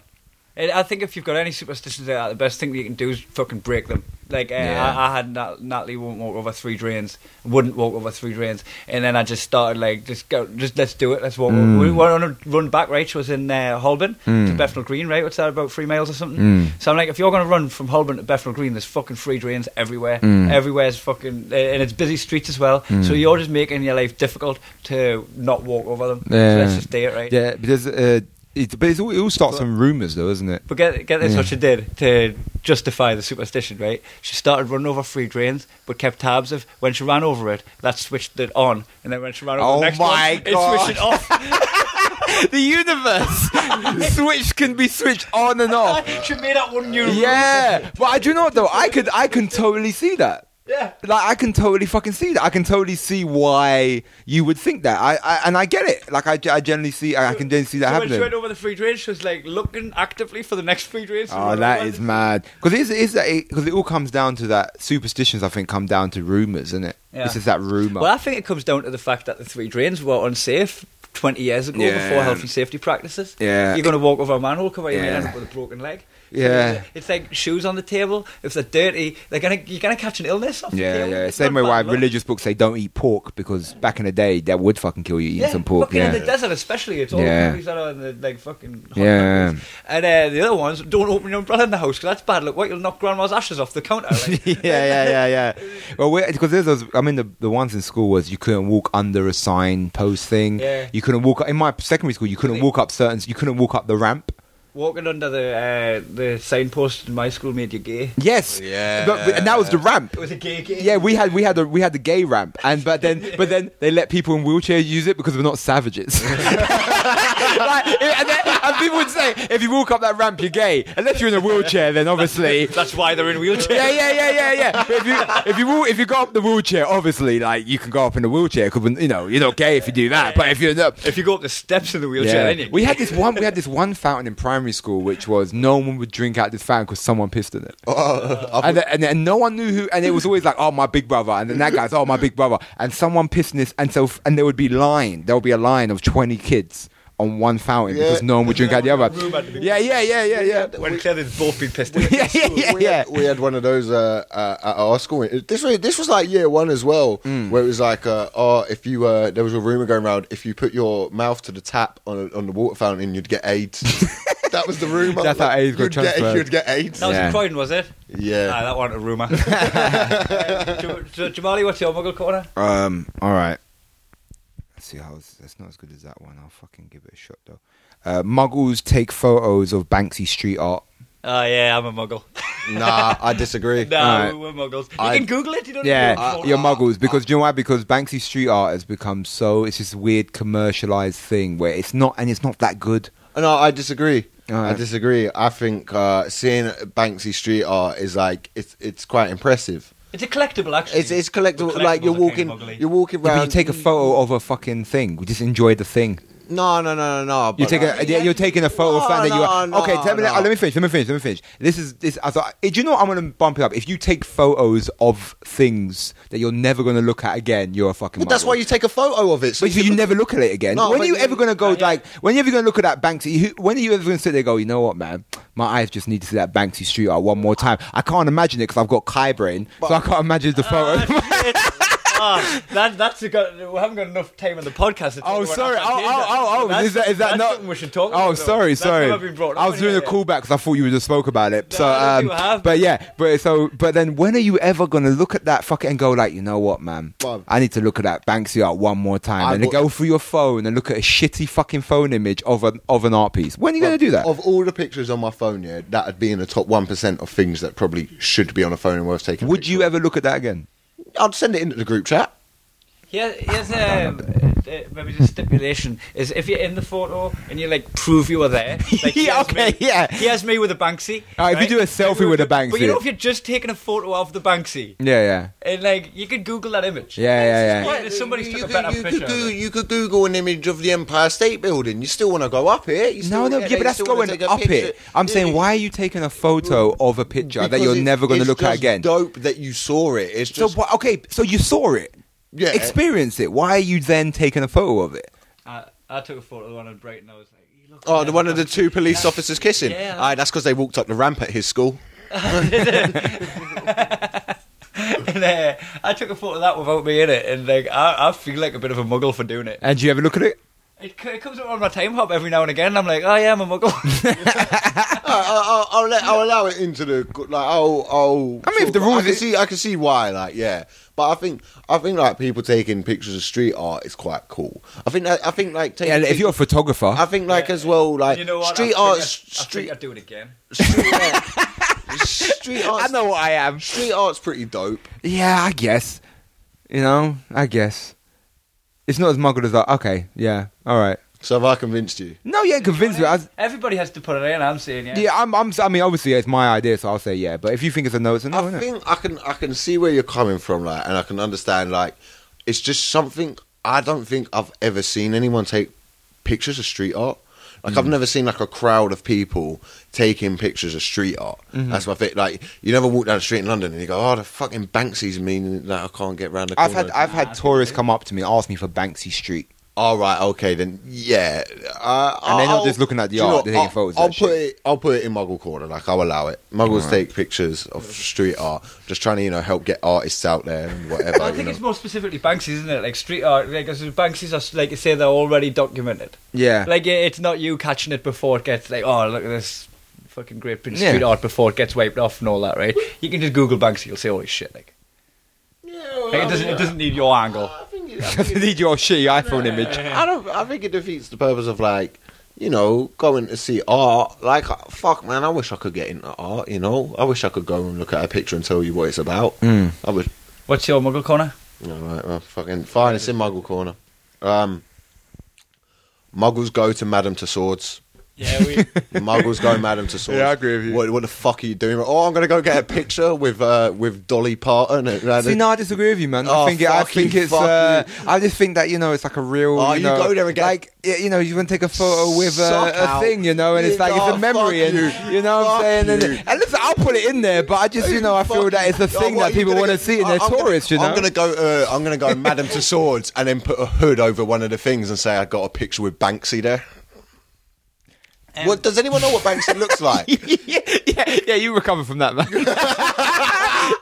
Speaker 2: And I think if you've got any superstitions like that, the best thing that you can do is fucking break them. Like, uh,
Speaker 4: Yeah.
Speaker 2: I, I had Nat- Natalie won't walk over three drains, wouldn't walk over three drains, and then I just started like, just go, just let's do it, let's walk. Over. We went on a run back, right? She was in uh, Holborn to Bethnal Green, right? What's that about three miles or something? So I'm like, if you're going to run from Holborn to Bethnal Green, there's fucking free drains everywhere. Everywhere's fucking, uh, and it's busy streets as well. So you're just making your life difficult to not walk over them. So let's just do it, right?
Speaker 4: Yeah, because uh, it, but it's all, it all starts from rumors, though, isn't it?
Speaker 2: But get, get this
Speaker 4: Yeah.
Speaker 2: what she did to justify the superstition, right? She started running over free drains, but kept tabs of when she ran over it, that switched it on. And then when she ran over
Speaker 4: Oh
Speaker 2: the next
Speaker 4: my
Speaker 2: one, it switched it off.
Speaker 4: the universe switch can be switched on and off.
Speaker 2: she made up one new rule.
Speaker 4: Yeah, but I do not though. I could, I can totally see that.
Speaker 2: Yeah.
Speaker 4: Like I can totally fucking see that. I can totally see why you would think that. I, I and I get it. Like I, I generally see. I, I can generally see that
Speaker 2: So when she
Speaker 4: happening.
Speaker 2: went over the free drains, she was like looking actively for the next free drains.
Speaker 4: Oh, that is mad. Because it is because it all comes down to that superstitions. I think come down to rumors, isn't it?
Speaker 2: Yeah.
Speaker 4: It's just that rumor.
Speaker 2: Well, I think it comes down to the fact that the three drains were unsafe 20 years ago
Speaker 3: Yeah.
Speaker 2: before health and safety practices.
Speaker 3: Yeah.
Speaker 2: You're going to walk over a manhole cover, you're going
Speaker 3: Yeah.
Speaker 2: to end up with a broken leg. uh,
Speaker 4: Yeah.
Speaker 2: It's like shoes on the table. If they're dirty, they're gonna you're gonna catch an illness. Off the
Speaker 4: Yeah,
Speaker 2: table.
Speaker 4: yeah.
Speaker 2: It's
Speaker 4: Same
Speaker 2: not
Speaker 4: way why
Speaker 2: bad luck.
Speaker 4: religious books say don't eat pork because back in the day that would fucking kill you eating some pork.
Speaker 2: Fucking
Speaker 4: Yeah.
Speaker 2: in the desert, especially. It's all
Speaker 4: Yeah.
Speaker 2: the countries that are in the like fucking. Hot
Speaker 4: Yeah.
Speaker 2: countries. And uh, the other ones, don't open your umbrella in the house because that's bad luck. What you'll knock grandma's ashes off the counter. Like.
Speaker 4: yeah, yeah, yeah, yeah. Well, because there's those. I mean, the, the ones in school was you couldn't walk under a signpost thing.
Speaker 2: Yeah.
Speaker 4: You couldn't walk in my secondary school. You couldn't walk up certain. You couldn't walk up the ramp.
Speaker 2: Walking under the uh, the signpost in my school made you gay.
Speaker 4: Yes.
Speaker 3: Yeah.
Speaker 4: But, but- and that was the ramp.
Speaker 2: It was a gay gay.
Speaker 4: Yeah, we had we had a we had the gay ramp, and but then but then they let people in wheelchairs use it because we're not savages. Like, and, then- and people would say if you walk up that ramp, you're gay. Unless you're in a wheelchair, then obviously.
Speaker 2: That's why they're in wheelchairs.
Speaker 4: Yeah, yeah, yeah, yeah, yeah. But if you if you wheel- if you go up the wheelchair, obviously, like you can go up in a wheelchair because you know you're not gay if you do that. But if you're not,
Speaker 2: If you go up the steps in the wheelchair, then you
Speaker 4: we had this one. We had this one fountain in primary school, which was no one would drink out this fountain because someone pissed in it, and, and and no one knew who. And it was always like, oh, my big brother, and then that guy's, oh, my big brother, and someone pissed in this, and so and there would be line. There would be a line of twenty kids on one fountain because no one would drink out the other.
Speaker 2: Room at the beginning.
Speaker 4: Yeah, yeah, yeah, yeah, yeah.
Speaker 2: when clearly they've both been pissed.
Speaker 4: Yeah, yeah, yeah,
Speaker 5: we,
Speaker 4: yeah.
Speaker 5: Had, we had one of those uh, uh, at our school. It- This was, this was like year one as well,
Speaker 4: Hmm.
Speaker 5: where it was like, uh, oh, if you uh, there was a rumor going around if you put your mouth to the tap on on the water fountain, you'd get AIDS. that was the rumor.
Speaker 4: That's how AIDS got
Speaker 5: you'd get,
Speaker 4: transferred.
Speaker 5: You'd get AIDS.
Speaker 2: That was
Speaker 4: Yeah.
Speaker 2: in Croydon, was it?
Speaker 5: Yeah.
Speaker 2: Ah, that wasn't a rumour. Uh, Jam- Jam- Jamali, what's your muggle corner?
Speaker 4: Um. All right. Let's see how it's, that's not as good as that one. I'll fucking give it a shot though. Uh, muggles take photos of Banksy street art.
Speaker 2: Oh, yeah, I'm a muggle.
Speaker 5: Nah, I disagree.
Speaker 2: No,
Speaker 4: Alright.
Speaker 2: we're muggles. You
Speaker 5: I-
Speaker 2: can Google it. You don't
Speaker 4: Yeah, uh,
Speaker 2: have to Google it.
Speaker 4: you're muggles because do you know why? Because Banksy street art has become so it's this weird commercialized thing where it's not and it's not that good.
Speaker 5: No, I disagree. I
Speaker 4: Alright.
Speaker 5: disagree. I think uh, seeing Banksy street art is like it's it's quite impressive.
Speaker 2: It's a collectible, actually.
Speaker 5: It's it's collectible.
Speaker 2: The
Speaker 5: Like
Speaker 2: collectibles
Speaker 5: you're
Speaker 2: are kind
Speaker 5: walking,
Speaker 2: of muggly.
Speaker 5: you're walking
Speaker 4: Yeah, but
Speaker 5: around.
Speaker 4: you take a photo of a fucking thing. We just enjoy the thing.
Speaker 5: no, no, no, no, no.
Speaker 4: You
Speaker 5: but
Speaker 4: take a,
Speaker 5: like-
Speaker 4: yeah, you're taking a photo of
Speaker 5: No,
Speaker 4: something that you
Speaker 5: no,
Speaker 4: are.
Speaker 5: no,
Speaker 4: okay, tell me that.
Speaker 5: no.
Speaker 4: oh, let me finish. Let me finish. Let me finish. This is this. I thought. eh, Do you know what I'm gonna bump it up? If you take photos of things that you're never gonna look at again, you're a fucking.
Speaker 5: But that's
Speaker 4: muggle.
Speaker 5: why you take a photo of it. So
Speaker 4: But you,
Speaker 5: can-
Speaker 4: never look at it again.
Speaker 5: No,
Speaker 4: when are
Speaker 5: but
Speaker 4: you
Speaker 5: you-
Speaker 4: ever going to go like? When are you ever going to look at that Banksy? Who, when are you ever going to sit there and go? You know what, man? My eyes just need to see that Banksy street art one more time. I can't imagine it because I've got Kai brain, so I can't imagine the photo.
Speaker 2: Ah, that, that's a good, we haven't got enough time on the podcast. to talk
Speaker 4: Oh,
Speaker 2: about
Speaker 4: sorry. Oh,
Speaker 2: Afghan
Speaker 4: oh,
Speaker 2: Taser.
Speaker 4: oh, oh.
Speaker 2: That's-
Speaker 4: Is that, is that
Speaker 2: that's
Speaker 4: not?
Speaker 2: something we should talk
Speaker 4: Oh,
Speaker 2: about? though.
Speaker 4: sorry,
Speaker 2: That's
Speaker 4: sorry.
Speaker 2: never been brought up
Speaker 4: I was doing a
Speaker 2: anywhere.
Speaker 4: callback because I thought you would have spoke about it. So,
Speaker 2: No, I
Speaker 4: um,
Speaker 2: don't think we have.
Speaker 4: but yeah, but so, but then when are you ever going to look at that fucking and go like, you know what, man?
Speaker 5: Bob.
Speaker 4: I need to look at that Banksy art one more time
Speaker 5: I
Speaker 4: and then
Speaker 5: will-
Speaker 4: go through your phone and look at a shitty fucking phone image of an of an art piece. When are you going to do that?
Speaker 5: Of all the pictures on my phone, yeah, that'd be in the top one percent of things that probably should be on a phone and worth taking. a
Speaker 4: Would
Speaker 5: picture
Speaker 4: you
Speaker 5: of.
Speaker 4: ever look at that again?
Speaker 5: I'd send it into the group chat.
Speaker 2: Here, here's a, uh, maybe just stipulation is if you're in the photo and you like prove you were there. Like,
Speaker 4: Yeah,
Speaker 2: here's
Speaker 4: okay,
Speaker 2: me,
Speaker 4: yeah.
Speaker 2: Here's me with a Banksy.
Speaker 4: Alright, if you do a selfie with a
Speaker 2: But you
Speaker 4: Banksy.
Speaker 2: know, if you're just taking a photo of the Banksy,
Speaker 4: Yeah, yeah,
Speaker 2: and like you could Google that image.
Speaker 4: yeah, yeah, yeah.
Speaker 2: Right, there's somebody who's
Speaker 5: you,
Speaker 2: took a
Speaker 5: could-
Speaker 2: better
Speaker 5: you
Speaker 2: picture
Speaker 5: Could
Speaker 2: of
Speaker 5: Goo-
Speaker 2: it.
Speaker 5: you could Google an image of the Empire State Building. You still want to go up it? You
Speaker 4: No,
Speaker 5: still-
Speaker 4: no,
Speaker 5: yeah,
Speaker 4: yeah,
Speaker 5: you
Speaker 4: but that's
Speaker 5: still wanna
Speaker 4: going
Speaker 5: take a
Speaker 4: up
Speaker 5: picture.
Speaker 4: it. I'm saying,
Speaker 5: Yeah.
Speaker 4: why are you taking a photo of a picture that
Speaker 5: Because
Speaker 4: you're
Speaker 5: it's-
Speaker 4: never going to
Speaker 5: it's
Speaker 4: look at
Speaker 5: just
Speaker 4: again?
Speaker 5: Dope that you saw it. It's
Speaker 4: So
Speaker 5: just
Speaker 4: why, okay, so you saw it,
Speaker 5: Yeah.
Speaker 4: experience it. Why are you then taking a photo of it?
Speaker 2: I, I took a photo of the one in Brighton. I was like, you look
Speaker 5: oh, the one of the two police officers kissing.
Speaker 2: Yeah.
Speaker 5: Aye, that's because they walked up the ramp at his school.
Speaker 2: and, uh, I took a photo of that without me in it, and like I, I feel like a bit of a muggle for doing it.
Speaker 4: And do you ever look at it?
Speaker 2: It, c- it comes up on my time hop every now and again. And I'm like, oh yeah, I'm a muggle.
Speaker 5: I, will let, I'll allow it into the like. I'll, I'll
Speaker 4: I mean, if
Speaker 5: sort
Speaker 4: the
Speaker 5: of-
Speaker 4: rules
Speaker 5: I can
Speaker 4: is-
Speaker 5: see, I can see why. Like, yeah, but I think, I think like people taking pictures of street art is quite cool. I think, that- I think like taking.
Speaker 4: Yeah, if you're a
Speaker 5: pictures-
Speaker 4: photographer,
Speaker 5: I think like as well like
Speaker 2: you know what?
Speaker 5: street
Speaker 2: I
Speaker 5: art,
Speaker 2: think I, I
Speaker 5: street,
Speaker 2: think I'd do it again.
Speaker 5: street art, street
Speaker 4: I
Speaker 5: art.
Speaker 4: know what I am.
Speaker 5: Street art's pretty dope.
Speaker 4: Yeah, I guess. You know, I guess it's not as muggled as I. Okay, yeah, all right.
Speaker 5: So have I convinced you?
Speaker 4: No, you ain't convinced me. I,
Speaker 2: Everybody has to put it in. I'm saying yeah.
Speaker 4: yeah, I'm, I'm. I mean, obviously, it's my idea, so I'll say yeah. But if you think it's a no, it's a no.
Speaker 5: I
Speaker 4: innit?
Speaker 5: think I can I can see where you're coming from, like, and I can understand. Like, it's just something I don't think I've ever seen anyone take pictures of street art. Like, I've never seen like a crowd of people taking pictures of street art. That's my thing. Like, you never walk down the street in London and you go, "Oh, the fucking Banksy's mean that I can't get round the
Speaker 4: I've
Speaker 5: corner."
Speaker 4: had I've had tourists come up to me and ask me for Banksy Street.
Speaker 6: all right, okay, then yeah. Uh,
Speaker 4: And they're not
Speaker 6: I'll-
Speaker 4: just looking at
Speaker 6: do
Speaker 4: the
Speaker 6: you
Speaker 4: art,
Speaker 6: know what,
Speaker 4: they're taking
Speaker 6: I'll,
Speaker 4: photos of
Speaker 6: I'll
Speaker 4: that
Speaker 6: put
Speaker 4: shit.
Speaker 6: it. I'll put it in Muggle corner. Like I'll allow it. Muggles take pictures of street art, just trying to you know help get artists out there and whatever.
Speaker 2: I
Speaker 6: you
Speaker 2: think
Speaker 6: know.
Speaker 2: it's more specifically Banksy's, isn't it? Like street art, like 'cause Banksy's are like you say, they're already documented.
Speaker 4: Yeah.
Speaker 2: Like it- it's not you catching it before it gets like, oh look at this fucking great print of
Speaker 4: Yeah.
Speaker 2: street art before it gets wiped off and all that, right? You can just Google Banksy, you'll see all his shit. Like,
Speaker 3: well,
Speaker 2: like it doesn't, it doesn't need your angle.
Speaker 3: I think it- I think
Speaker 4: I need your shitty iPhone image.
Speaker 3: I don't. I think it defeats the purpose of like, you know, going to see art. Like, uh, fuck, man, I wish I could get into art. You know, I wish I could go and look at a picture and tell you what it's about.
Speaker 4: Mm.
Speaker 3: I wish.
Speaker 2: What's your Muggle corner?
Speaker 3: All right, well, fucking fine. It's in Muggle corner. Um, Muggles go to Madame Tussauds.
Speaker 2: Yeah, we.
Speaker 3: Muggles go Madame Tussauds.
Speaker 4: Yeah, I agree with you.
Speaker 3: What, what the fuck are you doing? Oh, I'm gonna go get a picture with uh, with Dolly Parton. And,
Speaker 4: See, no, I disagree with you, man.
Speaker 3: Oh,
Speaker 4: I think it, I
Speaker 3: fuck you,
Speaker 4: think it's.
Speaker 3: fuck
Speaker 4: Uh,
Speaker 3: you.
Speaker 4: I just think that you know it's like a real.
Speaker 3: Oh, you
Speaker 4: know,
Speaker 3: go there and get-
Speaker 4: like y- you know you want to take a photo with uh,
Speaker 3: Suck
Speaker 4: a
Speaker 3: out.
Speaker 4: thing, you know, and
Speaker 3: You
Speaker 4: it's like it's
Speaker 3: know,
Speaker 4: a memory,
Speaker 3: fuck
Speaker 4: and you,
Speaker 3: you.
Speaker 4: know what I'm
Speaker 3: Fuck
Speaker 4: saying. And,
Speaker 3: you.
Speaker 4: and listen, I'll put it in there, but I just you know I feel that
Speaker 3: Oh,
Speaker 4: it's a thing that people want to see, and they're
Speaker 3: I'm gonna-
Speaker 4: tourists, you know.
Speaker 3: I'm gonna go. Uh, I'm gonna go Madame Tussauds and then put a hood over one of the things and say I got a picture with Banksy there. what does anyone know what Banksy looks like?
Speaker 4: yeah, yeah, yeah, you recover from that, man.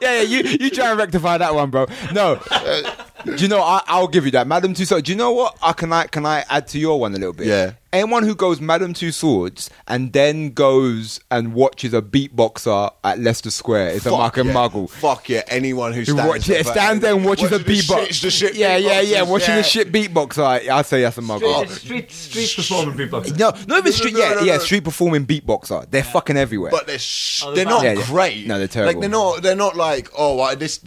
Speaker 4: yeah, yeah, you, you try and rectify that one, bro. No, uh, do you know? I, I'll give you that, Madame Tussauds. Do you know what? I can I can I add to your one a little bit?
Speaker 3: Yeah.
Speaker 4: Anyone who goes Madame Tussauds and then goes and watches a beatboxer at Leicester Square is a
Speaker 3: Fuck
Speaker 4: fucking
Speaker 3: yeah.
Speaker 4: muggle.
Speaker 3: Fuck yeah! Anyone who
Speaker 4: Who
Speaker 3: stands,
Speaker 4: watch, yeah,
Speaker 3: for-
Speaker 4: stands there and watches a
Speaker 3: the
Speaker 4: beatbox.
Speaker 3: shit- the shit
Speaker 4: yeah, yeah, yeah.
Speaker 3: beatboxers,
Speaker 4: Watching
Speaker 3: yeah.
Speaker 4: the shit beatboxer, I, I say that's a muggle.
Speaker 2: It's street, street performing people.
Speaker 4: No, not even street.
Speaker 3: no,
Speaker 4: yeah,
Speaker 3: no,
Speaker 4: yeah,
Speaker 3: no.
Speaker 4: street performing beatboxer. They're fucking everywhere.
Speaker 3: But they're sh-
Speaker 2: Oh, they're
Speaker 3: they're not
Speaker 4: bad. Yeah, yeah.
Speaker 3: great.
Speaker 4: No, they're terrible.
Speaker 3: Like they're not. They're not like oh, I, this.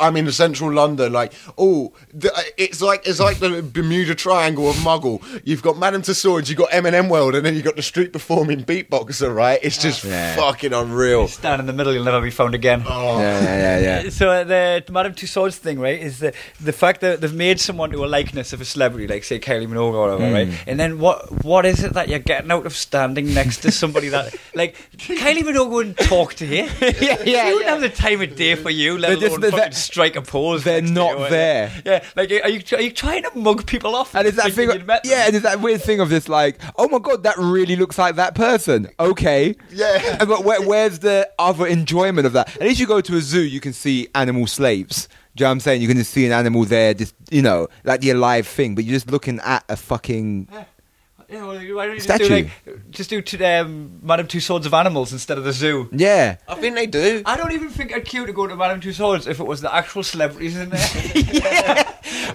Speaker 3: I'm in central London. Like oh, the, it's like it's like the Bermuda Triangle of Muggle. You've got Madame Tussauds, you've got Eminem World, and then you've got the street performing beatboxer. Right? It's just
Speaker 4: Yeah.
Speaker 3: fucking unreal.
Speaker 2: Stand in the middle, you'll never be found again.
Speaker 4: yeah, yeah, yeah, yeah.
Speaker 2: So uh, the, the Madame Tussauds thing, right, is the the fact that they've made someone to a likeness of a celebrity, like say Kylie Minogue or whatever, right?
Speaker 4: Hmm.
Speaker 2: And then what what is it that you're getting out of standing next to somebody that like Kylie Minogue wouldn't talk to you?
Speaker 4: Yeah, yeah,
Speaker 2: She wouldn't
Speaker 4: yeah.
Speaker 2: have the time of day for you. Let
Speaker 4: They're just-
Speaker 2: alone
Speaker 4: they're-
Speaker 2: fucking strike a pose.
Speaker 4: they're
Speaker 2: next to
Speaker 4: not
Speaker 2: you.
Speaker 4: there.
Speaker 2: Yeah, like are you are you trying to mug people off?
Speaker 4: And it's that
Speaker 2: thinking
Speaker 4: thing,
Speaker 2: you'd met them?
Speaker 4: yeah. And it's that weird thing of this, like, oh my god, that really looks like that person. Okay,
Speaker 3: Yeah.
Speaker 4: And But where, where's the other enjoyment of that? At least you go to a zoo, you can see animal slaves. Do you know what I'm saying? You can just see an animal there, just you know, like the alive thing. But you're just looking at a fucking.
Speaker 2: Yeah, well, why don't you just do,
Speaker 4: Statue.
Speaker 2: like, just do to, um, Madame Tussauds of animals instead of the zoo?
Speaker 4: Yeah,
Speaker 3: I think they do.
Speaker 2: I don't even think I'd queue to go to Madame Tussauds if it was the actual celebrities in there.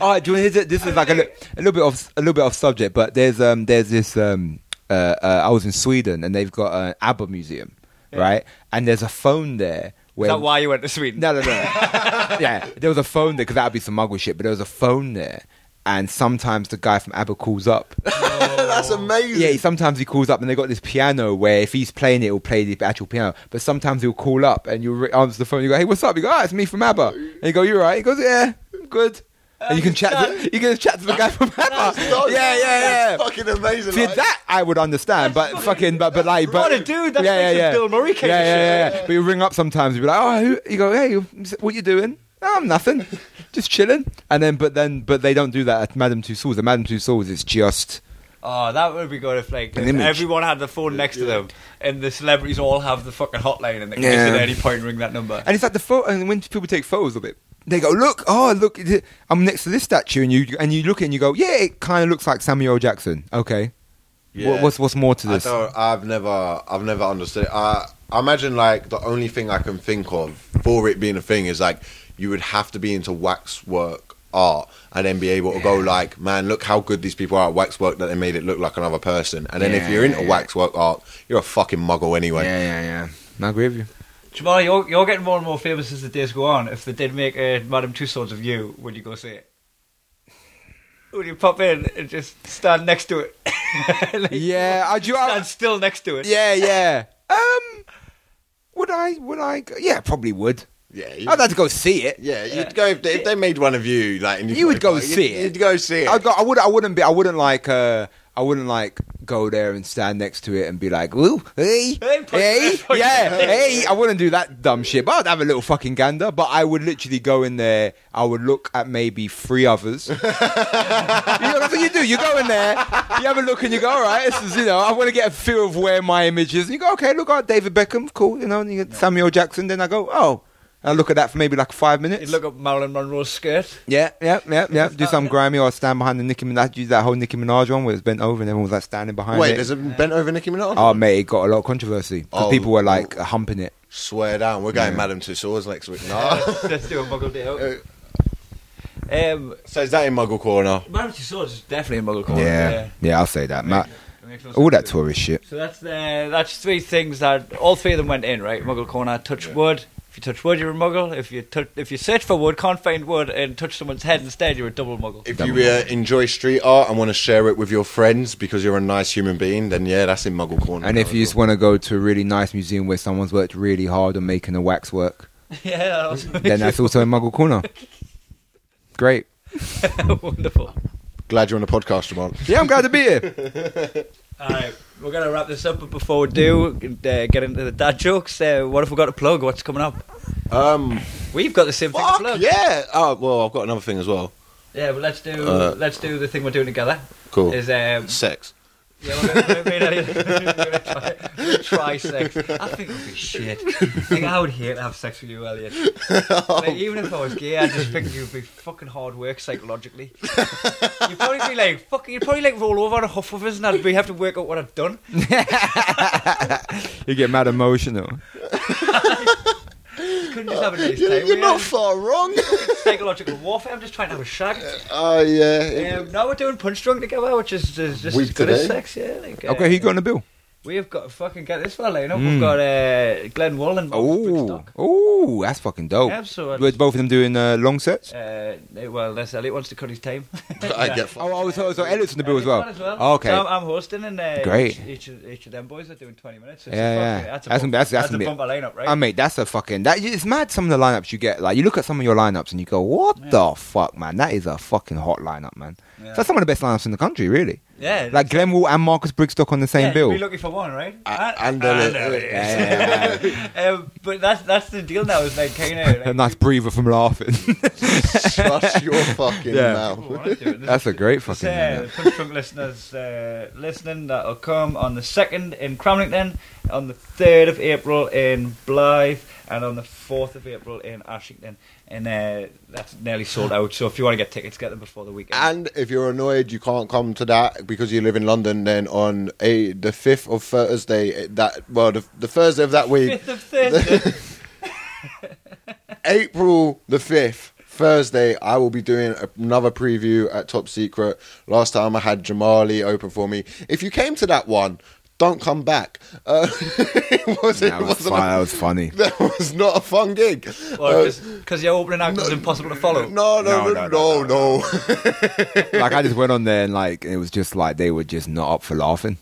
Speaker 4: All right, do you want to, this is like a, li- a little bit of a little bit off subject, but there's um there's this um uh, uh I was in Sweden and they've got an ABBA museum, right? And there's a phone
Speaker 2: Is
Speaker 4: there where
Speaker 2: that why you went to Sweden?
Speaker 4: no no no yeah there was a phone there because that'd be some muggle shit, but there was a phone there. And sometimes the guy from ABBA calls up.
Speaker 3: That's amazing.
Speaker 4: Yeah, sometimes he calls up, and they got this piano where if he's playing it, it'll play the actual piano. But sometimes he'll call up, and you'll re- answer the phone. You go, "Hey, what's up?" You go, "Ah, it's me from ABBA." And you go, "You're right." He goes, "Yeah, I'm good." and you can chat. To, you can chat to the guy from ABBA.
Speaker 3: That's-
Speaker 4: yeah, yeah,
Speaker 3: that's
Speaker 4: yeah.
Speaker 3: fucking amazing.
Speaker 4: See
Speaker 3: like-
Speaker 4: that I would understand, but fucking, but but like, but
Speaker 2: What a dude, that's like some Bill Murray kind
Speaker 4: yeah,
Speaker 2: of
Speaker 4: yeah, yeah. But you ring up sometimes, you be like, oh, who? you go, hey, what you doing? "Oh, I'm nothing, just chilling. And then, but then, but they don't do that at Madame Tussauds. At Madame Tussauds, it's just
Speaker 2: Oh, that would be good if like
Speaker 4: An
Speaker 2: if
Speaker 4: image.
Speaker 2: everyone had the phone next to them and the celebrities all have the fucking hotline and they can just
Speaker 4: Yeah.
Speaker 2: at any point ring that number.
Speaker 4: And it's like the photo, and when people take photos of it, they go, "Look, oh, look, is it- I'm next to this statue," and you and you look at it and you go, "Yeah, it kind of looks like Samuel L. Jackson." Okay,
Speaker 3: Yeah.
Speaker 4: what, what's what's more to
Speaker 3: I
Speaker 4: this?
Speaker 3: don't,
Speaker 5: uh,
Speaker 3: I've never, I've never understood. it. I, I imagine like the only thing I can think of for it being a thing is like you would have to be into waxwork art and then be able to go like, man, look how good these people are at waxwork that they made it look like another person. And then if
Speaker 4: Yeah,
Speaker 3: you're into
Speaker 4: yeah.
Speaker 3: waxwork art, you're a fucking muggle anyway.
Speaker 4: yeah, yeah. I agree with you.
Speaker 2: Jamal, you're, you're getting more and more famous as the days go on. If they did make a Madame Tussauds of you, would you go see it? Would you pop in and just stand next to it? Like,
Speaker 4: Yeah, I do. I-
Speaker 2: stand still next to it.
Speaker 4: yeah, yeah. Um, would I? Would I? Go? Yeah, probably would.
Speaker 3: Yeah, you,
Speaker 4: I'd have to go see it.
Speaker 3: yeah. You'd go if they, if they made one of you like, and
Speaker 4: You would go see
Speaker 3: you'd,
Speaker 4: it.
Speaker 3: You'd go see it.
Speaker 4: I'd go, I would. I wouldn't be. I wouldn't like. Uh, I wouldn't like go there and stand next to it and be like, "Ooh, hey,
Speaker 2: Hey, put-
Speaker 4: hey,
Speaker 2: put-
Speaker 4: yeah, hey." I wouldn't do that dumb shit, but I'd have a little fucking gander. But I would literally go in there. I would look at maybe three others. you know, that's what you do. You go in there, you have a look, and you go, "All right, this is you know, I want to get a feel of where my image is." And you go, "Okay, look, oh, David Beckham, cool." You know, and you get Samuel Jackson. Then I go, "Oh." And I look at that for maybe like five minutes.
Speaker 2: You look up Marilyn Monroe's skirt.
Speaker 4: Yeah, yeah, yeah, yeah. Do some grimy or stand behind the Nicki Minaj. Do that whole Nicki Minaj one where it's bent over and everyone was like standing behind
Speaker 5: Wait,
Speaker 4: it.
Speaker 5: there's a bent over Nicki Minaj.
Speaker 4: oh mate, it got a lot of controversy because
Speaker 5: Oh.
Speaker 4: people were like humping it.
Speaker 5: Swear down, we're going Madame Tussauds next week. No.
Speaker 2: Let's do a muggle day
Speaker 3: Uh,
Speaker 2: out. Um,
Speaker 5: so is that in Muggle Corner?
Speaker 2: Marilyn Swords is definitely a muggle corner.
Speaker 4: yeah, I'll say that, Matt.
Speaker 2: It makes no
Speaker 4: All
Speaker 2: sense
Speaker 4: that
Speaker 2: to-
Speaker 4: tourist shit.
Speaker 2: So that's uh, that's three things that all three of them went in, right? Muggle corner, touch wood. If you touch wood, you're a muggle. If you touch, if you search for wood, can't find wood, and touch someone's head instead, you're a double muggle.
Speaker 5: If you uh, enjoy street art and want to share it with your friends because you're a nice human being, then yeah, that's in Muggle Corner.
Speaker 4: And if you
Speaker 5: Muggle
Speaker 4: just want to go to a really nice museum where someone's worked really hard on making a waxwork,
Speaker 2: yeah, that also
Speaker 4: then
Speaker 2: makes
Speaker 4: that's also in Muggle Corner. Great.
Speaker 2: it wonderful.
Speaker 5: Corner. glad you're on the podcast, Jamal.
Speaker 4: Yeah, I'm glad to be here.
Speaker 2: All right, we're gonna wrap this up, but before we do, uh, get into the dad jokes. Uh, what have we got to plug? What's coming up?
Speaker 5: Um,
Speaker 2: We've got the same thing to
Speaker 5: fuck
Speaker 2: plug.
Speaker 5: yeah. Oh well, I've got another thing as well.
Speaker 2: Yeah, but let's do
Speaker 5: Uh,
Speaker 2: let's do the thing we're doing together.
Speaker 5: Cool.
Speaker 2: Is um,
Speaker 5: Sex.
Speaker 2: Yeah, well, I mean, I mean, we're gonna try, we're gonna try sex. I think it would be shit. I think I would hate to have sex with you, Elliot. Like, even if I was gay, I just think you'd be fucking hard work psychologically. You'd probably be like, fucking, you'd probably like roll over and huff with us, and I'd be have to work out what I've done.
Speaker 4: You get mad emotional.
Speaker 2: You couldn't just have a nice
Speaker 5: You're,
Speaker 2: time.
Speaker 5: you're
Speaker 2: yeah.
Speaker 5: not far wrong.
Speaker 2: psychological warfare. I'm just trying to have a shag.
Speaker 5: Oh yeah.
Speaker 2: Um, now we're doing punch drunk together, which is, is just
Speaker 5: We've
Speaker 2: as good as
Speaker 5: today?
Speaker 2: sex. Yeah. Like, uh,
Speaker 4: Okay, Hmm. who you got on the bill?
Speaker 2: We have got fucking get this fella lineup. We've got uh, Glenn Wall and
Speaker 4: Oh,
Speaker 2: Stock.
Speaker 4: oh, that's fucking dope.
Speaker 2: Yeah, so it's-
Speaker 4: Were both of them doing uh, long sets?
Speaker 2: Uh, well, unless Elliot wants to cut his time.
Speaker 5: I get. Fucked.
Speaker 4: Oh, oh, so, so Elliot's in the bill as well.
Speaker 2: Elliot's
Speaker 4: Oh, okay.
Speaker 2: So I'm, I'm hosting, and uh,
Speaker 4: Great.
Speaker 2: Each, each, of- each of them boys are doing 20 minutes. It's
Speaker 4: Yeah,
Speaker 2: a
Speaker 4: yeah.
Speaker 2: fucking- That's a bump-
Speaker 4: That's gonna be- that's- that's
Speaker 2: that's a
Speaker 4: gonna be-
Speaker 2: bumper lineup, right?
Speaker 4: I mean, that's a fucking. That, it's mad some of the lineups you get. Like, you look at some of your lineups and you go, what the fuck, man? That is a fucking hot lineup, man.
Speaker 2: Yeah.
Speaker 4: That's some of the best lineups in the country, really.
Speaker 2: yeah.
Speaker 4: Like, Glenn Wall and Marcus Brigstock on the same
Speaker 2: yeah,
Speaker 4: bill.
Speaker 2: You'd be looking for one, right?
Speaker 5: and uh,
Speaker 2: I
Speaker 4: uh,
Speaker 5: Elliot.
Speaker 2: know it is.
Speaker 4: Yeah, yeah,
Speaker 2: um, but that's that's the deal now. Is like kind of.
Speaker 4: a nice breather from laughing.
Speaker 5: Shut your fucking
Speaker 4: Yeah.
Speaker 5: mouth.
Speaker 4: that's a great
Speaker 2: It's,
Speaker 4: fucking.
Speaker 2: uh,
Speaker 4: lineup.
Speaker 2: Punch Drunk listeners uh, listening that'll come on the 2nd in Cramlington, on the 3rd of April in Blyth, and on the 4th of April in Ashington. And uh, that's nearly sold out, so if you want to get tickets, get them before the weekend.
Speaker 5: And if you're annoyed you can't come to that because you live in London, then on a, the fifth of Thursday, eh, that well, the, the Thursday of that week,
Speaker 2: 5th of Thursday.
Speaker 5: April the 5th, Thursday, I will be doing another preview at Top Secret. Last time I had Jamali open for me. If you came to that one, don't come back. Uh, it wasn't,
Speaker 4: That
Speaker 5: it
Speaker 4: was,
Speaker 5: wasn't
Speaker 4: fun, that
Speaker 5: a-
Speaker 4: was funny.
Speaker 5: that was not a fun gig. Uh,
Speaker 2: Because your opening act was impossible to follow.
Speaker 5: no, no, no, no, no.
Speaker 4: like I just went on there and like it was just like they were just not up for laughing.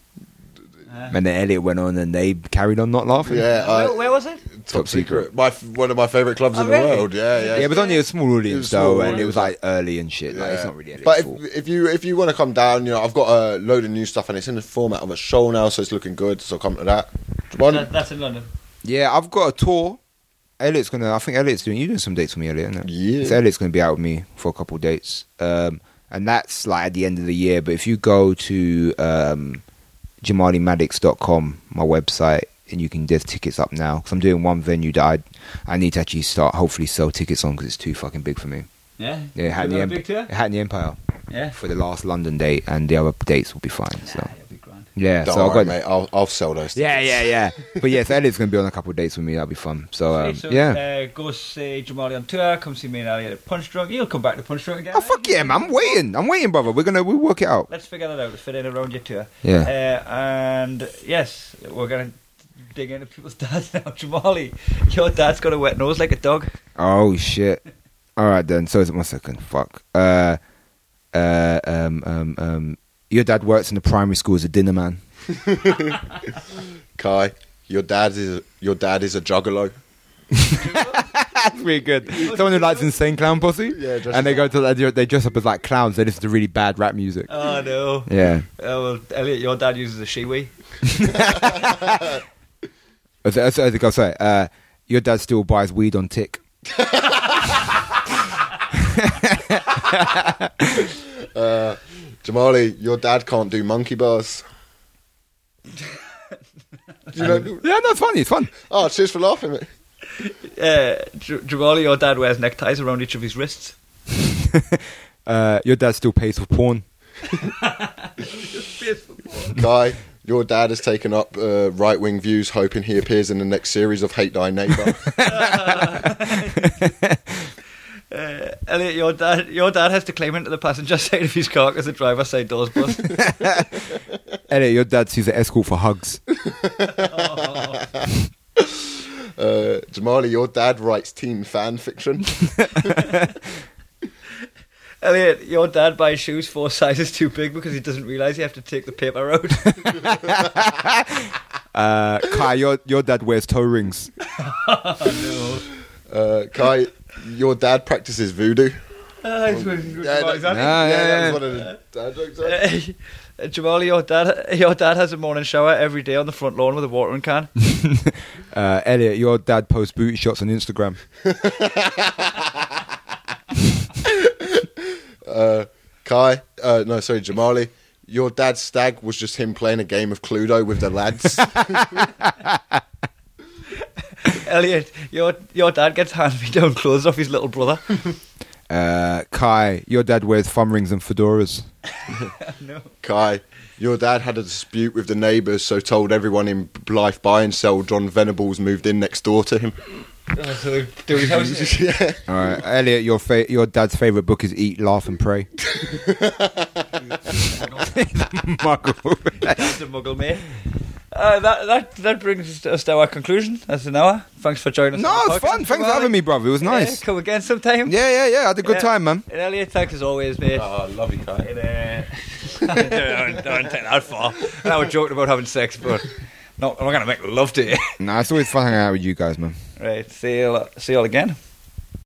Speaker 2: Uh.
Speaker 4: And then Elliot went on and they carried on not laughing.
Speaker 5: yeah, uh,
Speaker 2: where, where was it?
Speaker 5: Top Secret. My, f- one of my favourite clubs
Speaker 2: Oh,
Speaker 5: in
Speaker 2: really?
Speaker 5: the world. Yeah, yeah.
Speaker 4: Yeah, it was only a small
Speaker 5: It
Speaker 4: audience
Speaker 5: was
Speaker 4: though,
Speaker 5: small,
Speaker 4: and it
Speaker 5: yeah.
Speaker 4: was like early and shit. Like
Speaker 5: Yeah.
Speaker 4: it's not really. Elliot's
Speaker 5: But if,
Speaker 4: fault.
Speaker 5: if you if you want to come down, you know I've got a load of new stuff and it's in the format of a show now, so it's looking good. So come to that. One,
Speaker 2: That, that's in London.
Speaker 4: Yeah, I've got a tour. Elliot's gonna. I think Elliot's doing. You doing some dates for me, Elliot? Isn't it?
Speaker 5: Yeah.
Speaker 4: So Elliot's gonna be out with me for a couple of dates. Um, and that's like at the end of the year. But if you go to um, jamalimaddox.com, my website, and you can there's tickets up now. Because I'm doing one venue that I I need to actually start hopefully sell tickets on because it's too fucking big for me.
Speaker 2: Yeah?
Speaker 4: Yeah, Hat in
Speaker 2: You
Speaker 4: the
Speaker 2: got a big tour?
Speaker 4: Empire. Hat in the Empire
Speaker 2: Yeah.
Speaker 4: for the last London date, and the other dates will be fine. So
Speaker 2: Ah, it'll be grand.
Speaker 4: yeah,
Speaker 5: don't
Speaker 4: so
Speaker 5: worry,
Speaker 4: I've got.
Speaker 5: mate. I'll I'll sell those.
Speaker 4: Yeah,
Speaker 5: tickets.
Speaker 4: yeah, yeah. But yes, Elliot's gonna be on a couple of dates with me. That'll be fun. So, um,
Speaker 2: Sweet, so,
Speaker 4: yeah.
Speaker 2: Uh, go see Jamali on tour. Come see me and Elliot at Punch Drunk. You'll come back to Punch Drunk again.
Speaker 4: Oh
Speaker 2: eh?
Speaker 4: fuck yeah, man! I'm waiting. I'm waiting, brother. We're gonna we work it out.
Speaker 2: Let's figure that out. Let's fit in around your tour.
Speaker 4: Yeah.
Speaker 2: Uh, and yes, we're gonna dig into people's dads now. Jamali, your dad's got a wet nose like a dog.
Speaker 4: Oh shit! All right then. So is it one second? Fuck. Uh, uh, um, um, um. Your dad works in the primary school as a dinner man.
Speaker 5: Kai, your dad is your dad is a juggalo.
Speaker 4: That's really good. Someone who likes insane clown posse.
Speaker 5: Yeah, dress
Speaker 4: and they go to they- they dress up as like clowns. They listen to really bad rap music.
Speaker 2: Oh no.
Speaker 4: Yeah.
Speaker 2: Oh, well, Elliot, your dad uses a shiwi.
Speaker 4: As, as, as it goes, sorry, uh, your dad still buys weed on tick.
Speaker 5: Jamali, your dad can't do monkey bars. you know,
Speaker 4: Yeah, no, it's funny. It's fun.
Speaker 5: oh, cheers for laughing. mate.
Speaker 2: Uh, J- Jamali, your dad wears neckties around each of his wrists.
Speaker 4: Uh, your dad still pays for porn.
Speaker 5: Guy, your dad has taken up uh, right wing views, hoping he appears in the next series of Hate Thy Neighbor.
Speaker 2: Uh, Elliot, your dad, your dad has to climb into the passenger side of his car because the driver's side door's bust.
Speaker 4: Elliot, your dad sees an escort for hugs.
Speaker 5: uh, Jamali, your dad writes teen fan fiction.
Speaker 2: Elliot, your dad buys shoes four sizes too big because he doesn't realise you have to take the paper road.
Speaker 4: Uh, Kai, your your dad wears toe rings.
Speaker 5: Uh, Kai, your dad practices voodoo.
Speaker 2: Ah, it's- it's-
Speaker 5: that-
Speaker 2: it's-
Speaker 4: Ah, yeah,
Speaker 5: that
Speaker 4: yeah.
Speaker 5: was one of the dad jokes. eh?
Speaker 2: Uh, Jamali, your dad, your dad has a morning shower every day on the front lawn with a watering can.
Speaker 4: Uh, Elliot, your dad posts booty shots on Instagram.
Speaker 5: Kai, uh, no, sorry, Jamali, your dad's stag was just him playing a game of Cluedo with the lads.
Speaker 2: Elliot, your your dad gets hand me down clothes off his little brother.
Speaker 4: Uh, Kai, your dad wears thumb rings and fedoras.
Speaker 5: Kai, your dad had a dispute with the neighbours, so told everyone in life buy and sell John Venables moved in next door to him. yeah.
Speaker 4: All right, Elliot, your fa- your dad's favorite book is Eat, Laugh, and Pray. Muggle.
Speaker 2: That's a muggle, mate. Uh, that, that that brings us to- us to our conclusion. That's an hour. Thanks for joining us.
Speaker 4: No,
Speaker 2: on the
Speaker 4: it's
Speaker 2: podcast,
Speaker 4: fun. Thanks for
Speaker 2: Jamali.
Speaker 4: having me, brother. It was
Speaker 2: Yeah,
Speaker 4: nice.
Speaker 2: come again sometime.
Speaker 4: Yeah, yeah, yeah. I had a good
Speaker 2: Yeah.
Speaker 4: time, man.
Speaker 2: And Elliot, thanks as always, mate.
Speaker 3: Oh, love you, Kai.
Speaker 2: And, uh, don't, don't take that far. And I was joking about having sex, but not, I'm not going to make love to you.
Speaker 4: Nah, it's always fun hanging out with you guys, man.
Speaker 2: Right, see you, all- see you all again.